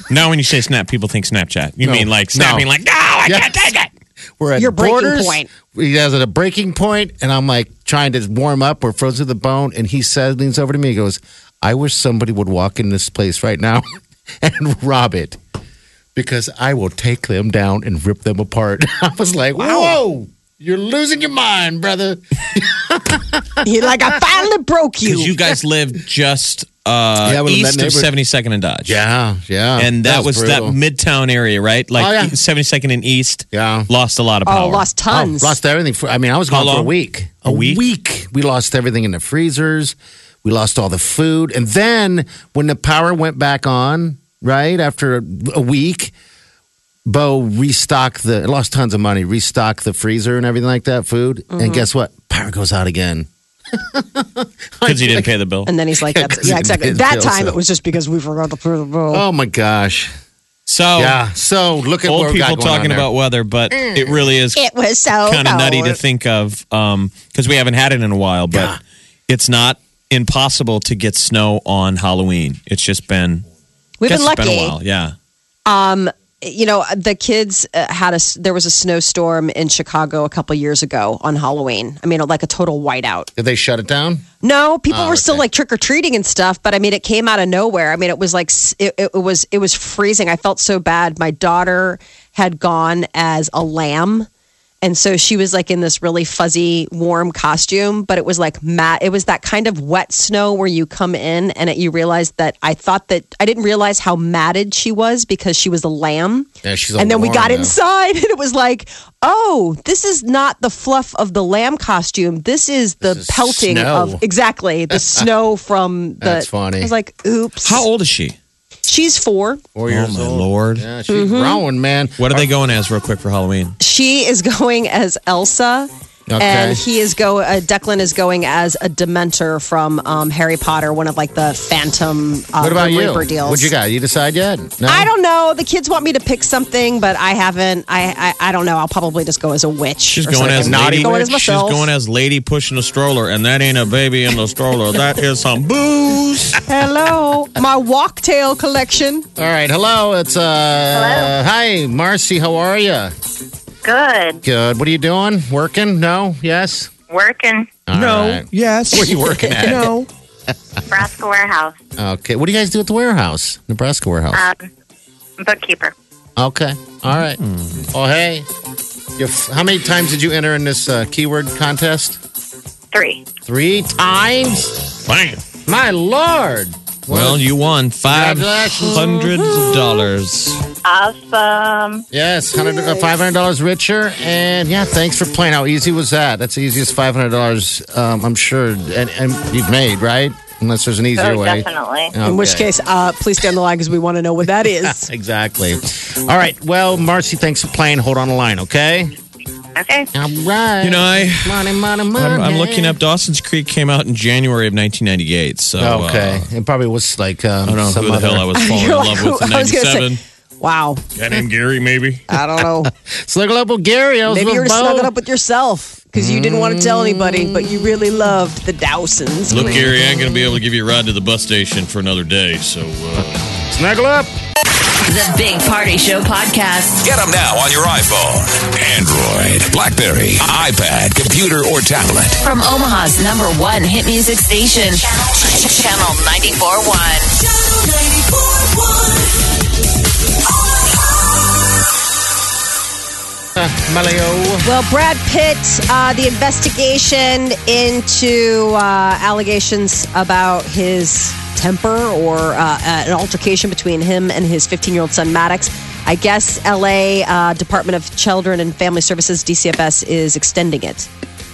Speaker 3: Now, when you say snap, people think Snapchat. You
Speaker 4: No.
Speaker 3: mean like
Speaker 4: No.
Speaker 3: snapping, like, no, I
Speaker 4: Yes.
Speaker 3: can't take it.
Speaker 4: We're at
Speaker 2: Your breaking
Speaker 4: Borders.
Speaker 2: point.
Speaker 4: He has at a breaking point, and I'm like trying to warm up. We're frozen to the bone, and he says, leans over to me, he goes, "I wish somebody would walk in this place right now and rob it, because I will take them down and rip them apart." I was like, "Whoa, you're losing your mind, brother."
Speaker 2: You're like I finally broke you.
Speaker 3: Because you guys lived just uh,
Speaker 4: Yeah, we lived in
Speaker 3: east
Speaker 4: that
Speaker 3: of
Speaker 4: neighborhood.
Speaker 3: 72nd and Dodge.
Speaker 4: Yeah, yeah,
Speaker 3: And that, was, that
Speaker 4: brutal.
Speaker 3: midtown area, right? Like
Speaker 4: Oh, yeah.
Speaker 3: 72nd and east.
Speaker 4: Yeah.
Speaker 3: Lost a lot of power.
Speaker 2: oh, lost
Speaker 4: Oh,
Speaker 2: tons.
Speaker 4: lost everything. For, I mean, I was
Speaker 3: How
Speaker 4: gone for a
Speaker 3: long?
Speaker 4: week.
Speaker 3: A week?
Speaker 4: We lost everything in the freezers. We lost all the food. And then when the power went back on, right after a, a week, Bo restocked the. Lost tons of money. Restocked the freezer and everything like that. Food.
Speaker 2: Mm-hmm.
Speaker 4: And guess what? Power goes out again.
Speaker 3: Because you didn't pay the bill.
Speaker 2: and then he's like,
Speaker 4: Yeah,
Speaker 2: that's,
Speaker 4: 'cause
Speaker 2: yeah,
Speaker 4: it
Speaker 2: exactly.
Speaker 4: did
Speaker 2: That
Speaker 4: feel
Speaker 2: time
Speaker 4: so.
Speaker 2: it was just because we forgot to put the bill.
Speaker 4: Oh my gosh.
Speaker 3: So,
Speaker 4: Yeah. So look at what
Speaker 3: Oh. old
Speaker 4: we got
Speaker 3: people
Speaker 4: going on
Speaker 3: talking
Speaker 4: there.
Speaker 3: about weather, but it really is
Speaker 2: It was so
Speaker 3: kind of nutty to
Speaker 2: cold.
Speaker 3: think of because we haven't had it in a while, but it's not impossible to get snow on Halloween. It's just been,
Speaker 2: We've
Speaker 3: guess
Speaker 2: been lucky.
Speaker 3: It's been a while. Yeah.
Speaker 2: you know the kids uh, had a s- there was a snowstorm in chicago a couple years ago on halloween i mean like a total whiteout
Speaker 4: Did they shut it down?
Speaker 2: no people were still
Speaker 4: Oh,
Speaker 2: like
Speaker 4: okay.
Speaker 2: trick-or-treating and stuff but i mean it came out of nowhere i mean it was like s- it, it was it was freezing i felt so bad my daughter had gone as a lamb and so she was like in this really fuzzy warm costume but it was like matte it was that kind of wet snow where you come in and it, you realize that i thought that i didn't realize how matted she was because she was a lamb
Speaker 4: Yeah, she's. all
Speaker 2: and then we
Speaker 4: warm
Speaker 2: got
Speaker 4: now.
Speaker 2: inside, and it was like, oh, this is not the fluff of the lamb costume. This is the
Speaker 4: This is
Speaker 2: pelting
Speaker 4: snow.
Speaker 2: of exactly the snow from the.
Speaker 4: That's funny.
Speaker 2: I was like, oops.
Speaker 3: How old is she?
Speaker 2: She's four.
Speaker 4: Four
Speaker 3: oh,
Speaker 4: years
Speaker 3: my
Speaker 4: old.
Speaker 3: Lord.
Speaker 4: Yeah, she's
Speaker 2: Mm-hmm.
Speaker 4: growing, man.
Speaker 3: What are they going as, real quick, for Halloween?
Speaker 2: She is going as Elsa.
Speaker 4: Okay.
Speaker 2: And he is go. Uh, Declan is going as a Dementor from um, Harry Potter, one of like the Phantom uh,
Speaker 4: What about
Speaker 2: Grim
Speaker 4: you?
Speaker 2: Reaper deals.
Speaker 4: What you got? You decide yet? No?
Speaker 2: I don't know. The kids want me to pick something, but I haven't. I I, I don't know. I'll probably just go as a witch.
Speaker 3: She's
Speaker 2: or
Speaker 3: going
Speaker 2: something.
Speaker 3: as
Speaker 4: Naughty
Speaker 3: lady.
Speaker 2: Going as
Speaker 3: She's
Speaker 2: myself.
Speaker 3: going as lady pushing a stroller, and that ain't a baby in the stroller. That is some booze.
Speaker 2: Hello, my walktail collection.
Speaker 4: All right, hello. It's uh, hi, Marcy. How are you?
Speaker 8: Good.
Speaker 4: Good. What are you doing? Working? No. Yes.
Speaker 8: Working.
Speaker 4: All right.
Speaker 3: Yes.
Speaker 4: Where you working at?
Speaker 3: No.
Speaker 8: Nebraska warehouse.
Speaker 4: Okay. What do you guys do at the warehouse, Nebraska warehouse?
Speaker 8: Um, bookkeeper.
Speaker 4: okay. All right. Oh hey. You f- how many times did you enter in this uh, keyword contest?
Speaker 8: Three.
Speaker 4: Three times.
Speaker 3: Bang.
Speaker 4: My lord.
Speaker 3: Well, you won five
Speaker 4: Congratulations.
Speaker 3: hundred dollars.
Speaker 8: Awesome.
Speaker 4: Yes, hundred uh, five hundred dollars richer, and yeah, thanks for playing. How easy was that? That's the easiest five hundred dollars um, I'm sure, and, and you've made right, unless there's an easier
Speaker 8: Oh,
Speaker 4: way.
Speaker 8: definitely.
Speaker 2: In which
Speaker 4: Okay.
Speaker 2: case, uh, please stay on the line because we want to know what that is.
Speaker 4: exactly. All right. Well, Marcy, thanks for playing. Hold on the line, okay?
Speaker 8: Okay.
Speaker 4: All right.
Speaker 3: You know, I
Speaker 4: money, money, money.
Speaker 3: I'm, I'm looking up. Dawson's Creek came out in January of 1998. So uh,
Speaker 4: Okay, it probably was like um,
Speaker 3: I don't know
Speaker 4: some
Speaker 3: who the
Speaker 4: other.
Speaker 3: hell I was falling in
Speaker 2: You're
Speaker 3: love
Speaker 2: like,
Speaker 3: with in
Speaker 2: I was gonna say-
Speaker 3: '97.
Speaker 2: Wow,
Speaker 3: Guy named Gary, maybe.
Speaker 2: I don't know.
Speaker 4: Snuggle up with Gary. I was
Speaker 2: Maybe
Speaker 4: with
Speaker 2: you're
Speaker 4: Bo.
Speaker 2: snuggling up with yourself because you didn't want to tell anybody, but you really loved the Dowsons.
Speaker 3: Look, Gary, I ain't gonna be able to give you a ride to the bus station for another day. So. Uh,
Speaker 4: Snuggle up.
Speaker 5: The Big Party Show podcast.
Speaker 1: Get them now on your iPhone, Android, Blackberry, iPad, computer, or tablet.
Speaker 5: From Omaha's number one hit music station, Channel 94.1.
Speaker 4: Malio.
Speaker 2: Well, Brad Pitt, uh, the investigation into uh, allegations about his temper or uh, an altercation between him and his 15 year old son Maddox. I guess LA uh, Department of Children and Family Services, DCFS, is extending it.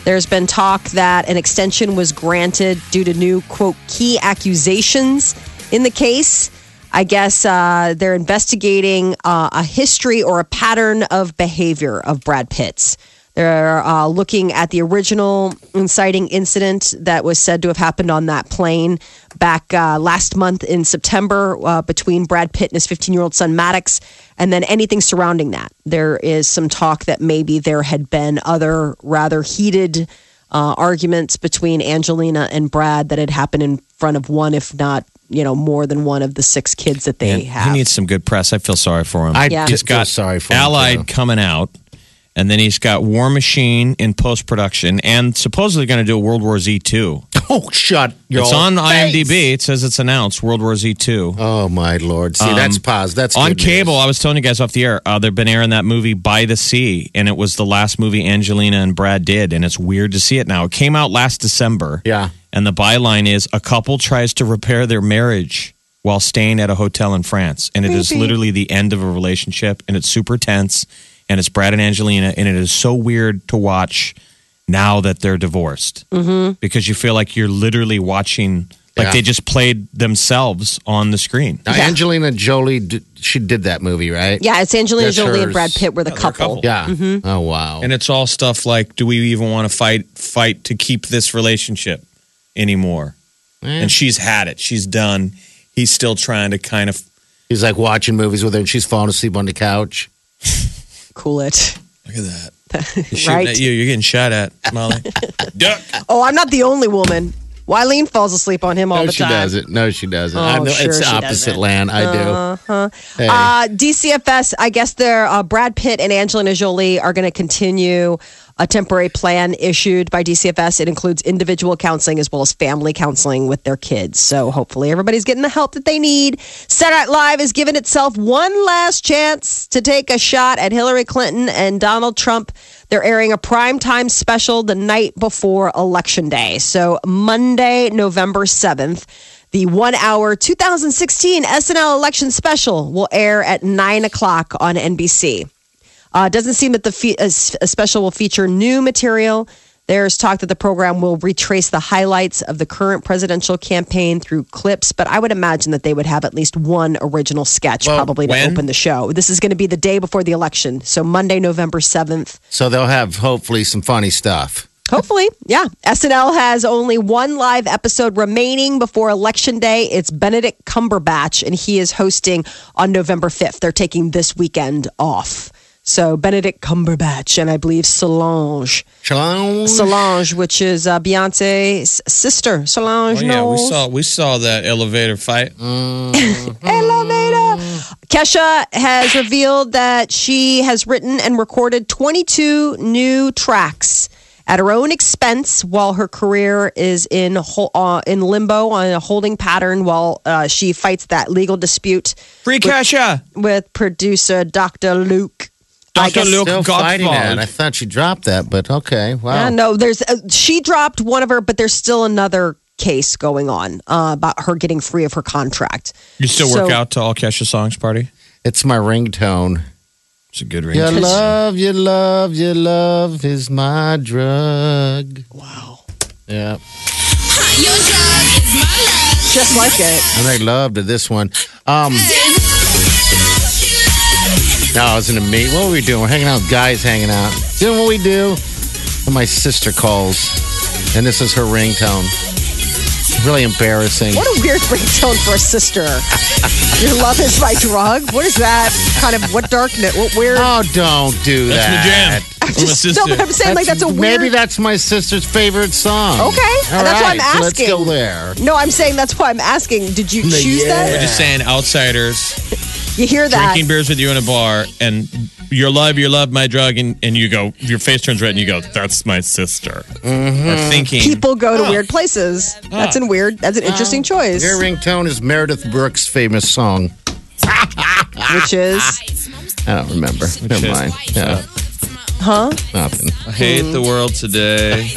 Speaker 2: There's been talk that an extension was granted due to new, quote, key accusations in the case. I guess uh, they're investigating uh, a history or a pattern of behavior of Brad Pitt's. They're uh, looking at the original inciting incident that was said to have happened on that plane back uh, last month in September uh, between Brad Pitt and his 15 year old son Maddox, and then anything surrounding that. There is some talk that maybe there had been other rather heated uh, arguments between Angelina and Brad that had happened in front of one, if not you know more than one of the six kids that they
Speaker 3: And
Speaker 2: have.
Speaker 3: he needs some good press. I feel sorry for him.
Speaker 4: I
Speaker 2: Yeah.
Speaker 3: he's
Speaker 4: just got
Speaker 3: got
Speaker 4: sorry for him,
Speaker 3: Allied
Speaker 4: too.
Speaker 3: coming out, and then he's got War Machine in post production, and supposedly going to do a World War Z two.
Speaker 4: Oh, shut your
Speaker 3: It's on
Speaker 4: face.
Speaker 3: IMDb. It says it's announced World War Z two.
Speaker 4: Oh my lord! See, that's pause. That's
Speaker 3: Um, on
Speaker 4: good news.
Speaker 3: cable, I was telling you guys off the air, uh, they've been airing that movie By the Sea, and it was the last movie Angelina and Brad did, and it's weird to see it now. It came out last December.
Speaker 4: Yeah.
Speaker 3: And the byline is A couple tries to repair their marriage while staying at a hotel in France. And it is literally the end of a relationship, and it's super tense, and it's Brad and Angelina, and it is so weird to watch now that they're divorced mm-hmm. because you feel like you're literally watching. Like
Speaker 4: Yeah.
Speaker 3: they just played themselves on the screen.
Speaker 4: Now, Angelina Jolie, d- she did that movie, right?
Speaker 2: yeah, it's Angelina
Speaker 4: That's
Speaker 2: Jolie and
Speaker 4: hers.
Speaker 2: Brad Pitt were the
Speaker 3: they're a
Speaker 2: couple.
Speaker 3: couple.
Speaker 4: Yeah. Oh wow.
Speaker 3: And it's all stuff like, do we even want to fight fight to keep this relationship anymore? And she's had it. She's done. He's still trying to kind of.
Speaker 4: He's like watching movies with her, and she's falling asleep on the couch.
Speaker 2: Cool it,
Speaker 3: Look at that. He's shooting
Speaker 2: right?
Speaker 3: at you. You're getting shot at, Molly. Duck.
Speaker 2: Oh, I'm not the only woman. Wileen falls asleep on him all
Speaker 4: No,
Speaker 2: the
Speaker 4: she
Speaker 2: time.
Speaker 4: doesn't. No, she doesn't.
Speaker 2: Oh,
Speaker 4: I'm the,
Speaker 2: sure
Speaker 4: it's
Speaker 2: she
Speaker 4: opposite
Speaker 2: doesn't.
Speaker 4: land. I do. Hey.
Speaker 2: Uh, DCFS, I guess they're uh, Brad Pitt and Angelina Jolie are going to continue a temporary plan issued by DCFS. It includes individual counseling as well as family counseling with their kids. So hopefully everybody's getting the help that they need. Saturday Night Live is giving itself one last chance to take a shot at Hillary Clinton and Donald Trump. They're airing a primetime special the night before Election Day. So Monday, November 7th. The one hour 2016 SNL election special will air at 9 o'clock on NBC. Uh, doesn't seem that the fe- a s- a special will feature new material. There's talk that the program will retrace the highlights of the current presidential campaign through clips, but I would imagine that they would have at least one original sketch probably to
Speaker 3: when?
Speaker 2: open the show. This is going to be the day before the election, so Monday, November 7th.
Speaker 4: So they'll have hopefully some funny stuff.
Speaker 2: Hopefully, yeah. SNL has only one live episode remaining before Election Day. It's Benedict Cumberbatch, and he is hosting on November 5th. They're taking this weekend off. So, Benedict Cumberbatch and I believe Solange.
Speaker 4: Shalom.
Speaker 2: Solange, which is uh, Beyonce's sister. Solange,
Speaker 3: Oh, yeah,
Speaker 2: Knowles.
Speaker 3: we saw we saw that elevator fight.
Speaker 2: Elevator. Kesha has revealed that she has written and recorded 22 new tracks at her own expense while her career is in hol- uh, in limbo on a holding pattern while uh, she fights that legal dispute
Speaker 3: Free Kesha.
Speaker 2: with producer Dr. Luke. I
Speaker 3: Dr.
Speaker 2: guess-
Speaker 3: Luke
Speaker 4: Still fighting that. I
Speaker 3: Godfall.
Speaker 4: thought she dropped that, but okay. Wow.
Speaker 2: Yeah, no, there's uh, she dropped one of her, but there's still another case going on uh, about her getting free of her contract.
Speaker 3: You still work
Speaker 2: So-
Speaker 3: out to all Kesha songs party?
Speaker 4: It's my ringtone.
Speaker 3: It's a good ring.
Speaker 4: Your love, your love, your love is my drug. Wow. Yeah.
Speaker 2: Just like it.
Speaker 4: I make love to this one. Um, no, I was in a meet. What were we doing? We're hanging out, with guys hanging out. Doing what we do. And my sister calls, and this is her ringtone. Really embarrassing.
Speaker 2: What a weird ringtone for a sister. Your love is my drug. What is that kind of what darkness? What weird?
Speaker 4: Oh, don't do
Speaker 3: That's my
Speaker 4: that.
Speaker 3: jam. I'm a
Speaker 2: just no,
Speaker 3: sister.
Speaker 2: but I'm saying like that's a weird.
Speaker 4: Maybe that's my sister's favorite song.
Speaker 2: Okay,
Speaker 4: All
Speaker 2: that's why I'm
Speaker 4: right, so
Speaker 2: asking.
Speaker 4: let's go there.
Speaker 2: no, I'm saying that's why I'm asking. Did you choose
Speaker 3: We're
Speaker 2: that?
Speaker 3: just saying outsiders.
Speaker 2: You hear that?
Speaker 3: drinking beers with you in a bar and your love, your love, my drug, and, and you go, your face turns red and you go, that's my sister.
Speaker 4: Mm-hmm.
Speaker 3: Or thinking,
Speaker 2: People go to weird places. That's an weird. That's an interesting choice,
Speaker 4: Your ringtone is Meredith Brooks' famous song.
Speaker 2: which is
Speaker 4: I don't remember. Never mind. Yeah,
Speaker 2: huh?
Speaker 4: nothing.
Speaker 3: I hate the world today.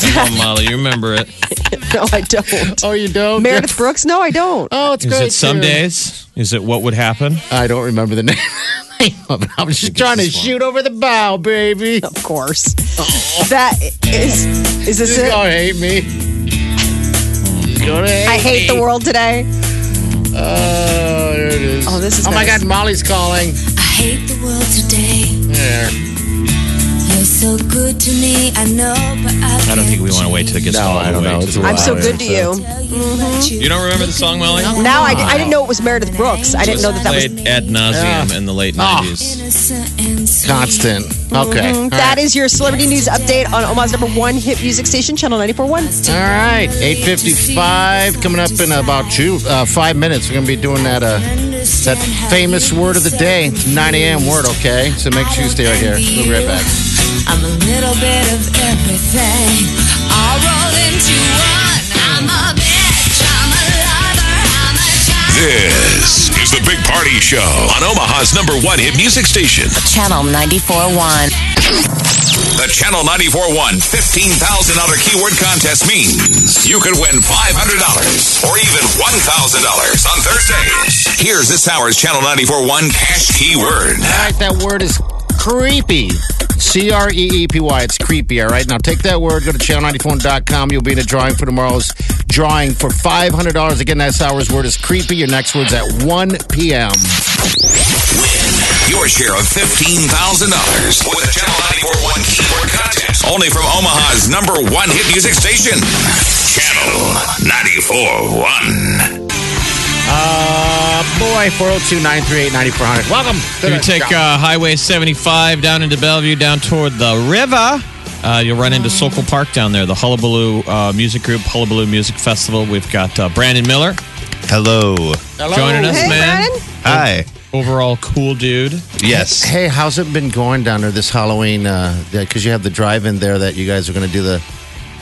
Speaker 3: Come on, Molly, you remember it.
Speaker 2: No, I don't.
Speaker 4: Oh, you don't?
Speaker 2: Meredith Brooks? No, I don't.
Speaker 4: Oh, it's
Speaker 3: Is
Speaker 4: great.
Speaker 3: it some
Speaker 4: too.
Speaker 3: days? Is it what would happen?
Speaker 4: I don't remember the name. of it. I was just trying to shoot over the bow, baby.
Speaker 2: Of course.
Speaker 3: Oh.
Speaker 2: That is. Is this
Speaker 4: She's
Speaker 2: it?
Speaker 4: gonna hate me. She's gonna hate
Speaker 2: I hate the world today.
Speaker 4: me. Oh, there it is.
Speaker 2: Oh, this is
Speaker 4: Oh my
Speaker 2: nice.
Speaker 4: God, Molly's calling.
Speaker 7: I hate the world today.
Speaker 4: There.
Speaker 7: You're so good to me. I know, but I,
Speaker 3: I don't think we want to wait till it gets
Speaker 4: No,
Speaker 3: all
Speaker 4: I
Speaker 3: the
Speaker 4: don't
Speaker 3: way.
Speaker 4: know.
Speaker 3: to
Speaker 4: It's
Speaker 3: the
Speaker 4: a
Speaker 2: I'm
Speaker 3: wild
Speaker 2: so
Speaker 3: west.
Speaker 2: good to you.
Speaker 4: Mm-hmm.
Speaker 3: You don't remember the song, Molly?
Speaker 2: Now I, I didn't know it was Meredith Brooks. I didn't know that that was. Oh.
Speaker 3: Played ad nauseum in the late
Speaker 4: Ah.
Speaker 3: nineties.
Speaker 7: innocent and sweet.
Speaker 4: Constant. Okay. All
Speaker 2: Mm-hmm. That
Speaker 4: right.
Speaker 2: is your celebrity news update on Omaha's number one hit music station, Channel 94.1.
Speaker 4: All right, 855 coming up in about two, uh, five minutes. We're going to be doing that uh, that famous word of the day. It's 9 a.m. word, okay? So make sure you stay right here. We'll be right back.
Speaker 7: I'm a little bit of everything. I'll roll into one. I'm a bitch. I'm a lover. I'm a child.
Speaker 1: This is the Big Party Show on Omaha's number one hit music station.
Speaker 5: Channel 94.1.
Speaker 1: The Channel 941 $15,000 keyword contest means you can win $500 or even $1,000 on Thursdays. Here's this hour's Channel 941 cash keyword.
Speaker 4: All right, that word is creepy. C R E E P Y. It's creepy, all right? Now take that word, go to channel94.com. You'll be in a drawing for tomorrow's drawing for $500. Again, that's hour's word is creepy. Your next word's at 1 p.m.
Speaker 1: Win your share of $15,000 with the Channel 941 keyword contest. Only from Omaha's number one hit music station, Channel 941.
Speaker 4: Uh, boy, 402 938 9400. Welcome. to
Speaker 3: If
Speaker 4: the
Speaker 3: you take
Speaker 4: show.
Speaker 3: uh, Highway 75 down into Bellevue, down toward the river, uh, you'll run into Sokol Park down there, the Hullabaloo uh, Music Group, Hullabaloo Music Festival. We've got uh, Brandon Miller
Speaker 9: Hello.
Speaker 4: Hello.
Speaker 3: joining us,
Speaker 2: Hey,
Speaker 3: man.
Speaker 2: Brandon.
Speaker 9: Hi.
Speaker 3: Overall, cool dude.
Speaker 9: Yes.
Speaker 4: Hey, how's it been going down there this Halloween? Because you have the drive in there that you guys are going to do the,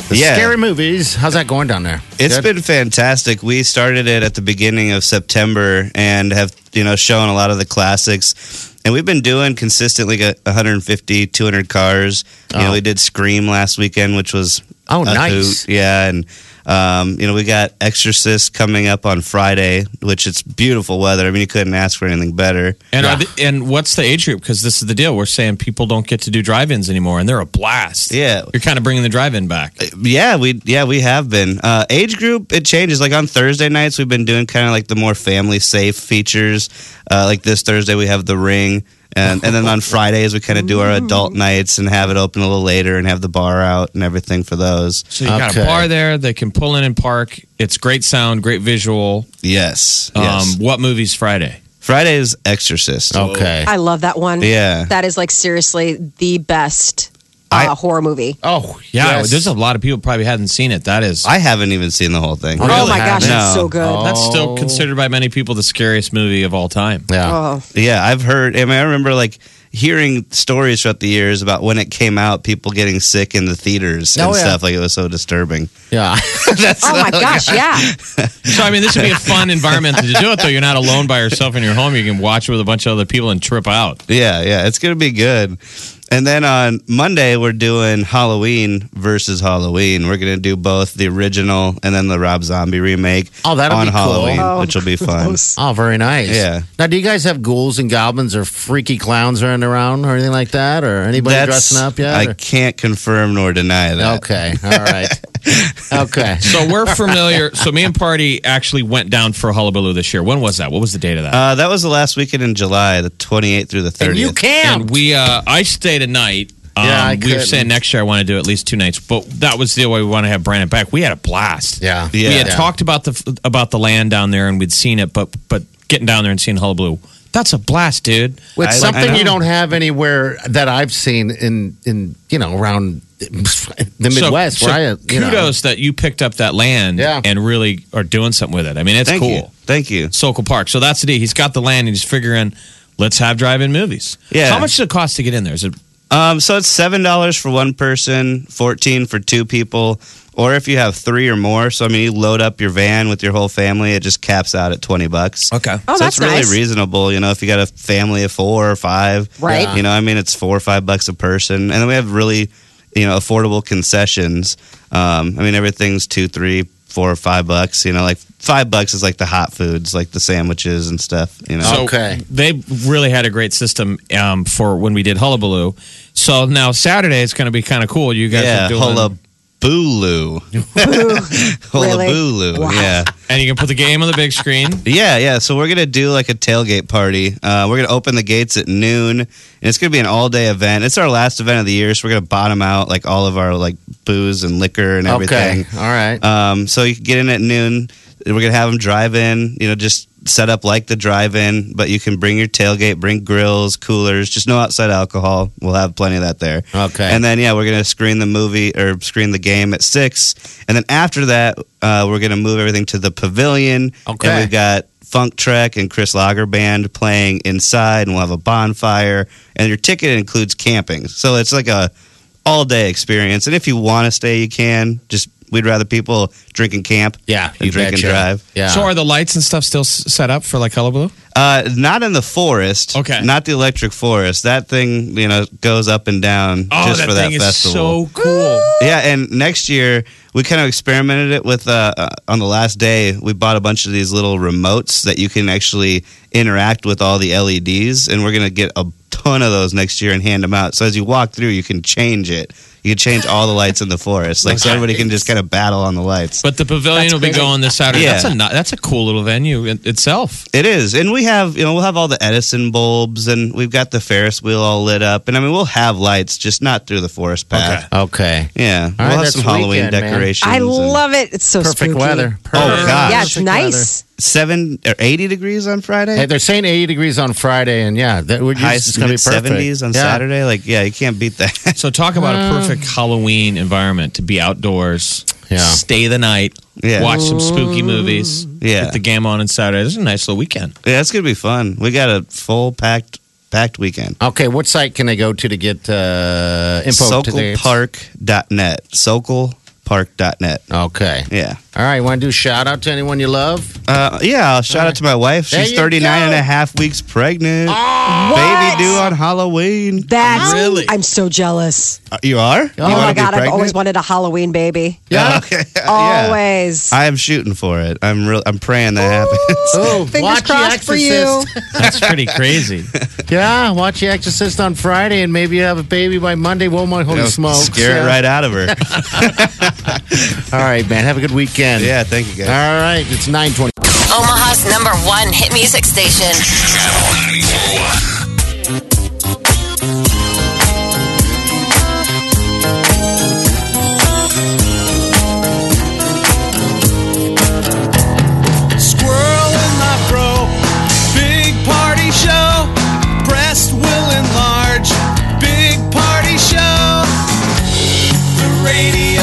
Speaker 4: the
Speaker 9: Yeah.
Speaker 4: scary movies. How's that going down there?
Speaker 9: It's
Speaker 4: Good?
Speaker 9: been fantastic. We started it at the beginning of September and have, you know, shown a lot of the classics. And we've been doing consistently like 150, 200 cars. You know,
Speaker 4: Oh.
Speaker 9: we did Scream last weekend, which was
Speaker 4: Oh,
Speaker 9: a
Speaker 4: nice.
Speaker 9: hoot. Yeah, and um, you know, we got Exorcist coming up on Friday, which it's beautiful weather. I mean, you couldn't ask for anything better.
Speaker 3: And are the, and what's the age group? Because this is the deal. We're saying people don't get to do drive-ins anymore, and they're a blast.
Speaker 9: Yeah.
Speaker 3: you're kind of bringing the drive-in back.
Speaker 9: Yeah, we yeah we have been. Uh, age group it changes. Like on Thursday nights, we've been doing kind of like the more family safe features. Uh, like this Thursday, we have the ring, and and then on Fridays we kind of do our adult nights and have it open a little later and have the bar out and everything for those.
Speaker 3: So you got a
Speaker 4: Okay.
Speaker 3: bar there. They can pull in and park. It's great sound, great visual.
Speaker 9: Yes,
Speaker 3: Um,
Speaker 9: yes.
Speaker 3: What movie's Friday?
Speaker 9: Friday is Exorcist.
Speaker 4: Okay.
Speaker 2: I love that one.
Speaker 9: Yeah.
Speaker 2: That is like seriously the best uh,
Speaker 9: I-
Speaker 2: horror movie.
Speaker 4: Oh,
Speaker 3: Yeah,
Speaker 4: yes.
Speaker 3: there's a lot of people probably hadn't seen it. That is.
Speaker 9: I haven't even seen the whole thing.
Speaker 2: oh my gosh,
Speaker 9: haven't.
Speaker 2: it's
Speaker 9: No.
Speaker 2: so
Speaker 9: Oh.
Speaker 2: good.
Speaker 3: That's
Speaker 4: Oh.
Speaker 3: still considered by many people the scariest movie of all time.
Speaker 4: Yeah.
Speaker 2: Oh.
Speaker 9: Yeah, I've heard. I mean, I remember like hearing stories throughout the years about when it came out, people getting sick in the theaters and
Speaker 4: Oh, yeah.
Speaker 9: stuff. Like it was so disturbing.
Speaker 4: Yeah.
Speaker 2: Oh my gosh, yeah. Oh,
Speaker 3: So I mean, this would be a fun environment to do it though. You're not alone by yourself in your home. You can watch it with a bunch of other people and trip out.
Speaker 9: Yeah, yeah, it's gonna be good. And then on Monday we're doing Halloween versus Halloween. We're gonna do both the original and then the Rob Zombie remake.
Speaker 4: Oh, that'll
Speaker 9: on
Speaker 4: be cool.
Speaker 9: Halloween,
Speaker 4: Oh,
Speaker 9: which will be fun.
Speaker 2: gross.
Speaker 4: Oh, very nice.
Speaker 9: Yeah.
Speaker 4: Now, do you guys have ghouls and goblins or freaky clowns running around or anything like that? Or anybody dressing up yet?
Speaker 9: I
Speaker 4: or-
Speaker 9: can't confirm nor deny that.
Speaker 4: Okay. All right. okay.
Speaker 3: So we're familiar. So me and Party actually went down for Hullabaloo this year. When was that? What was the date of that?
Speaker 9: Uh, that was the last weekend in July, the 28th through the 30th.
Speaker 4: And you
Speaker 3: and
Speaker 4: can't.
Speaker 3: we uh I stayed a night. Um,
Speaker 4: Yeah, I
Speaker 3: we were
Speaker 4: couldn't.
Speaker 3: saying next year I want to do at least two nights, but that was the way we want to have Brandon back. We had a blast.
Speaker 4: Yeah.
Speaker 9: Yeah.
Speaker 3: we had
Speaker 9: Yeah.
Speaker 3: talked about the about the land down there and we'd seen it, but but getting down there and seeing Hullabaloo, that's a blast, dude.
Speaker 4: With
Speaker 9: I-
Speaker 4: something
Speaker 9: I
Speaker 4: you
Speaker 9: know.
Speaker 4: don't have anywhere that I've seen in, in you know, around the
Speaker 3: So-
Speaker 4: Midwest.
Speaker 3: so
Speaker 4: where I, you know.
Speaker 3: kudos that you picked up that land
Speaker 4: Yeah.
Speaker 3: and really are doing something with it. I mean, it's
Speaker 9: Thank
Speaker 3: cool.
Speaker 9: you. Thank you.
Speaker 3: Sokol Park. So that's the deal. He's got the land and he's figuring, let's have drive-in movies.
Speaker 9: Yeah.
Speaker 3: How much does it cost to get in there? Is it
Speaker 9: Um, so it's seven dollars for one person, fourteen for two people, or if you have three or more. So I mean, you load up your van with your whole family. It just caps out at twenty bucks.
Speaker 3: okay?
Speaker 2: Oh,
Speaker 9: so it's
Speaker 2: that's
Speaker 9: really
Speaker 2: nice.
Speaker 9: reasonable, you know, if you got a family of four or five.
Speaker 2: Right.
Speaker 9: You know, I mean, it's four or five bucks a person. And then we have really, you know, affordable concessions. Um, I mean, everything's two, three, four or five bucks. You know, like five bucks is like the hot foods, like the sandwiches and stuff, you know.
Speaker 3: So
Speaker 4: Okay.
Speaker 3: They really had a great system um, for when we did Hullabaloo. So now Saturday it's going to be kind of cool. You guys
Speaker 9: yeah,
Speaker 3: are doing
Speaker 9: hullabaloo. Bulu. Hullabaloo. Yeah.
Speaker 3: And you can put the game on the big screen.
Speaker 9: Yeah, yeah. So we're gonna do like a tailgate party. Uh, we're gonna open the gates at noon, and it's gonna be an all-day event. It's our last event of the year, so we're gonna bottom out like all of our like booze and liquor and everything.
Speaker 4: Okay. All right.
Speaker 9: Um, so you can get in at noon. We're gonna have them drive in. You know, just set up like the drive-in, but you can bring your tailgate, bring grills, coolers, just no outside alcohol. We'll have plenty of that there.
Speaker 4: Okay.
Speaker 9: And then yeah, we're gonna screen the movie or screen the game at six, and then after that, uh, we're gonna move everything to the pavilion.
Speaker 4: Okay.
Speaker 9: And we've got Funk Trek and Chris Lager Band playing inside, and we'll have a bonfire. And your ticket includes camping, so it's like a all day experience. And if you want to stay, you can. Just we'd rather people drink and camp.
Speaker 4: Yeah,
Speaker 9: than
Speaker 4: you
Speaker 9: drink and
Speaker 4: betcha.
Speaker 9: drive.
Speaker 4: Yeah.
Speaker 3: So are the lights and stuff still s- set up for like Hullabaloo?
Speaker 9: Uh, not in the forest.
Speaker 3: Okay.
Speaker 9: Not the electric forest. That thing, you know, goes up and down
Speaker 3: Oh,
Speaker 9: just
Speaker 3: that
Speaker 9: for that
Speaker 3: thing is
Speaker 9: festival.
Speaker 3: so cool.
Speaker 9: yeah, and next year we kind of experimented it with. Uh, uh, on the last day, we bought a bunch of these little remotes that you can actually interact with all the LEDs, and we're gonna get a ton of those next year and hand them out. So as you walk through, you can change it. You can change all the lights in the forest, like so everybody can just kind of battle on the lights.
Speaker 3: But the pavilion will be going this Saturday.
Speaker 9: Yeah.
Speaker 3: That's a no- that's a cool little venue in itself.
Speaker 9: It is, and we have you know we'll have all the Edison bulbs, and we've got the Ferris wheel all lit up, and I mean we'll have lights, just not through the forest path.
Speaker 4: Okay.
Speaker 9: Yeah,
Speaker 4: All right,
Speaker 9: we'll have
Speaker 4: that's
Speaker 9: some Halloween
Speaker 4: weekend, man.
Speaker 9: decorations.
Speaker 2: I
Speaker 9: and
Speaker 2: love it. It's so
Speaker 4: Perfect
Speaker 2: spooky.
Speaker 4: weather.
Speaker 9: Oh, gosh.
Speaker 2: Yeah, it's nice.
Speaker 9: seven or eighty degrees on Friday.
Speaker 4: Hey, they're saying 80 degrees on Friday, and yeah, that would
Speaker 9: High
Speaker 4: it's going to be perfect.
Speaker 9: seventies on
Speaker 4: Yeah.
Speaker 9: Saturday. Like yeah, you can't beat that.
Speaker 3: So talk about a perfect Halloween environment to be outdoors,
Speaker 4: Yeah.
Speaker 3: stay the night,
Speaker 9: Yeah.
Speaker 3: watch some spooky movies,
Speaker 9: Yeah.
Speaker 3: get the game on on Saturday. This is a nice little weekend.
Speaker 9: yeah, it's gonna be fun. We got a full packed packed weekend.
Speaker 4: Okay, what site can they go to to get uh, info today?
Speaker 9: SokolPark.net. SokolPark.net.
Speaker 4: Okay.
Speaker 9: Yeah.
Speaker 4: All right, want to do shout out to anyone you love?
Speaker 9: Uh, yeah, I'll shout out to my wife.
Speaker 4: There
Speaker 9: She's
Speaker 4: you
Speaker 9: 39
Speaker 4: go. Ah,
Speaker 9: and a half weeks pregnant.
Speaker 2: What?
Speaker 9: Baby due on Halloween.
Speaker 2: That's
Speaker 3: Really?
Speaker 2: I'm so jealous.
Speaker 9: Uh, You are?
Speaker 2: Oh my god, I've always wanted a Halloween baby.
Speaker 9: Yeah. Okay. Yeah.
Speaker 2: Always.
Speaker 9: I am shooting for it. I'm real. I'm praying that happens.
Speaker 4: Oh,
Speaker 2: Fingers
Speaker 4: watch The
Speaker 2: crossed for you.
Speaker 4: Exorcist.
Speaker 3: That's pretty crazy.
Speaker 4: yeah, watch The Exorcist on Friday, and maybe you have a baby by Monday. Whoa, my holy
Speaker 9: You know,
Speaker 4: smokes.
Speaker 9: Scare
Speaker 4: Yeah.
Speaker 9: it right out of her.
Speaker 4: All right, man. Have a good weekend.
Speaker 9: yeah. Thank you
Speaker 4: All
Speaker 9: guys.
Speaker 4: right, it's 920.
Speaker 5: Omaha's number one hit music station.
Speaker 1: Channel 941.
Speaker 6: Squirrel in my bro. Big party show. Breast will enlarge. Big party show. The radio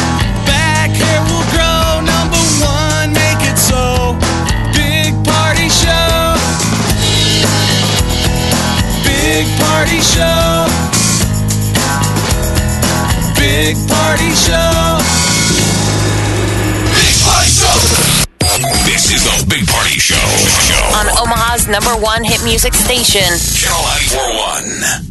Speaker 6: Back hair will grow. Number one, make it so. Big party show. Big party show. Big party show.
Speaker 1: Big Party Show. This is the Big Party Show.
Speaker 5: On Omaha's number one hit music station.
Speaker 1: Channel 941.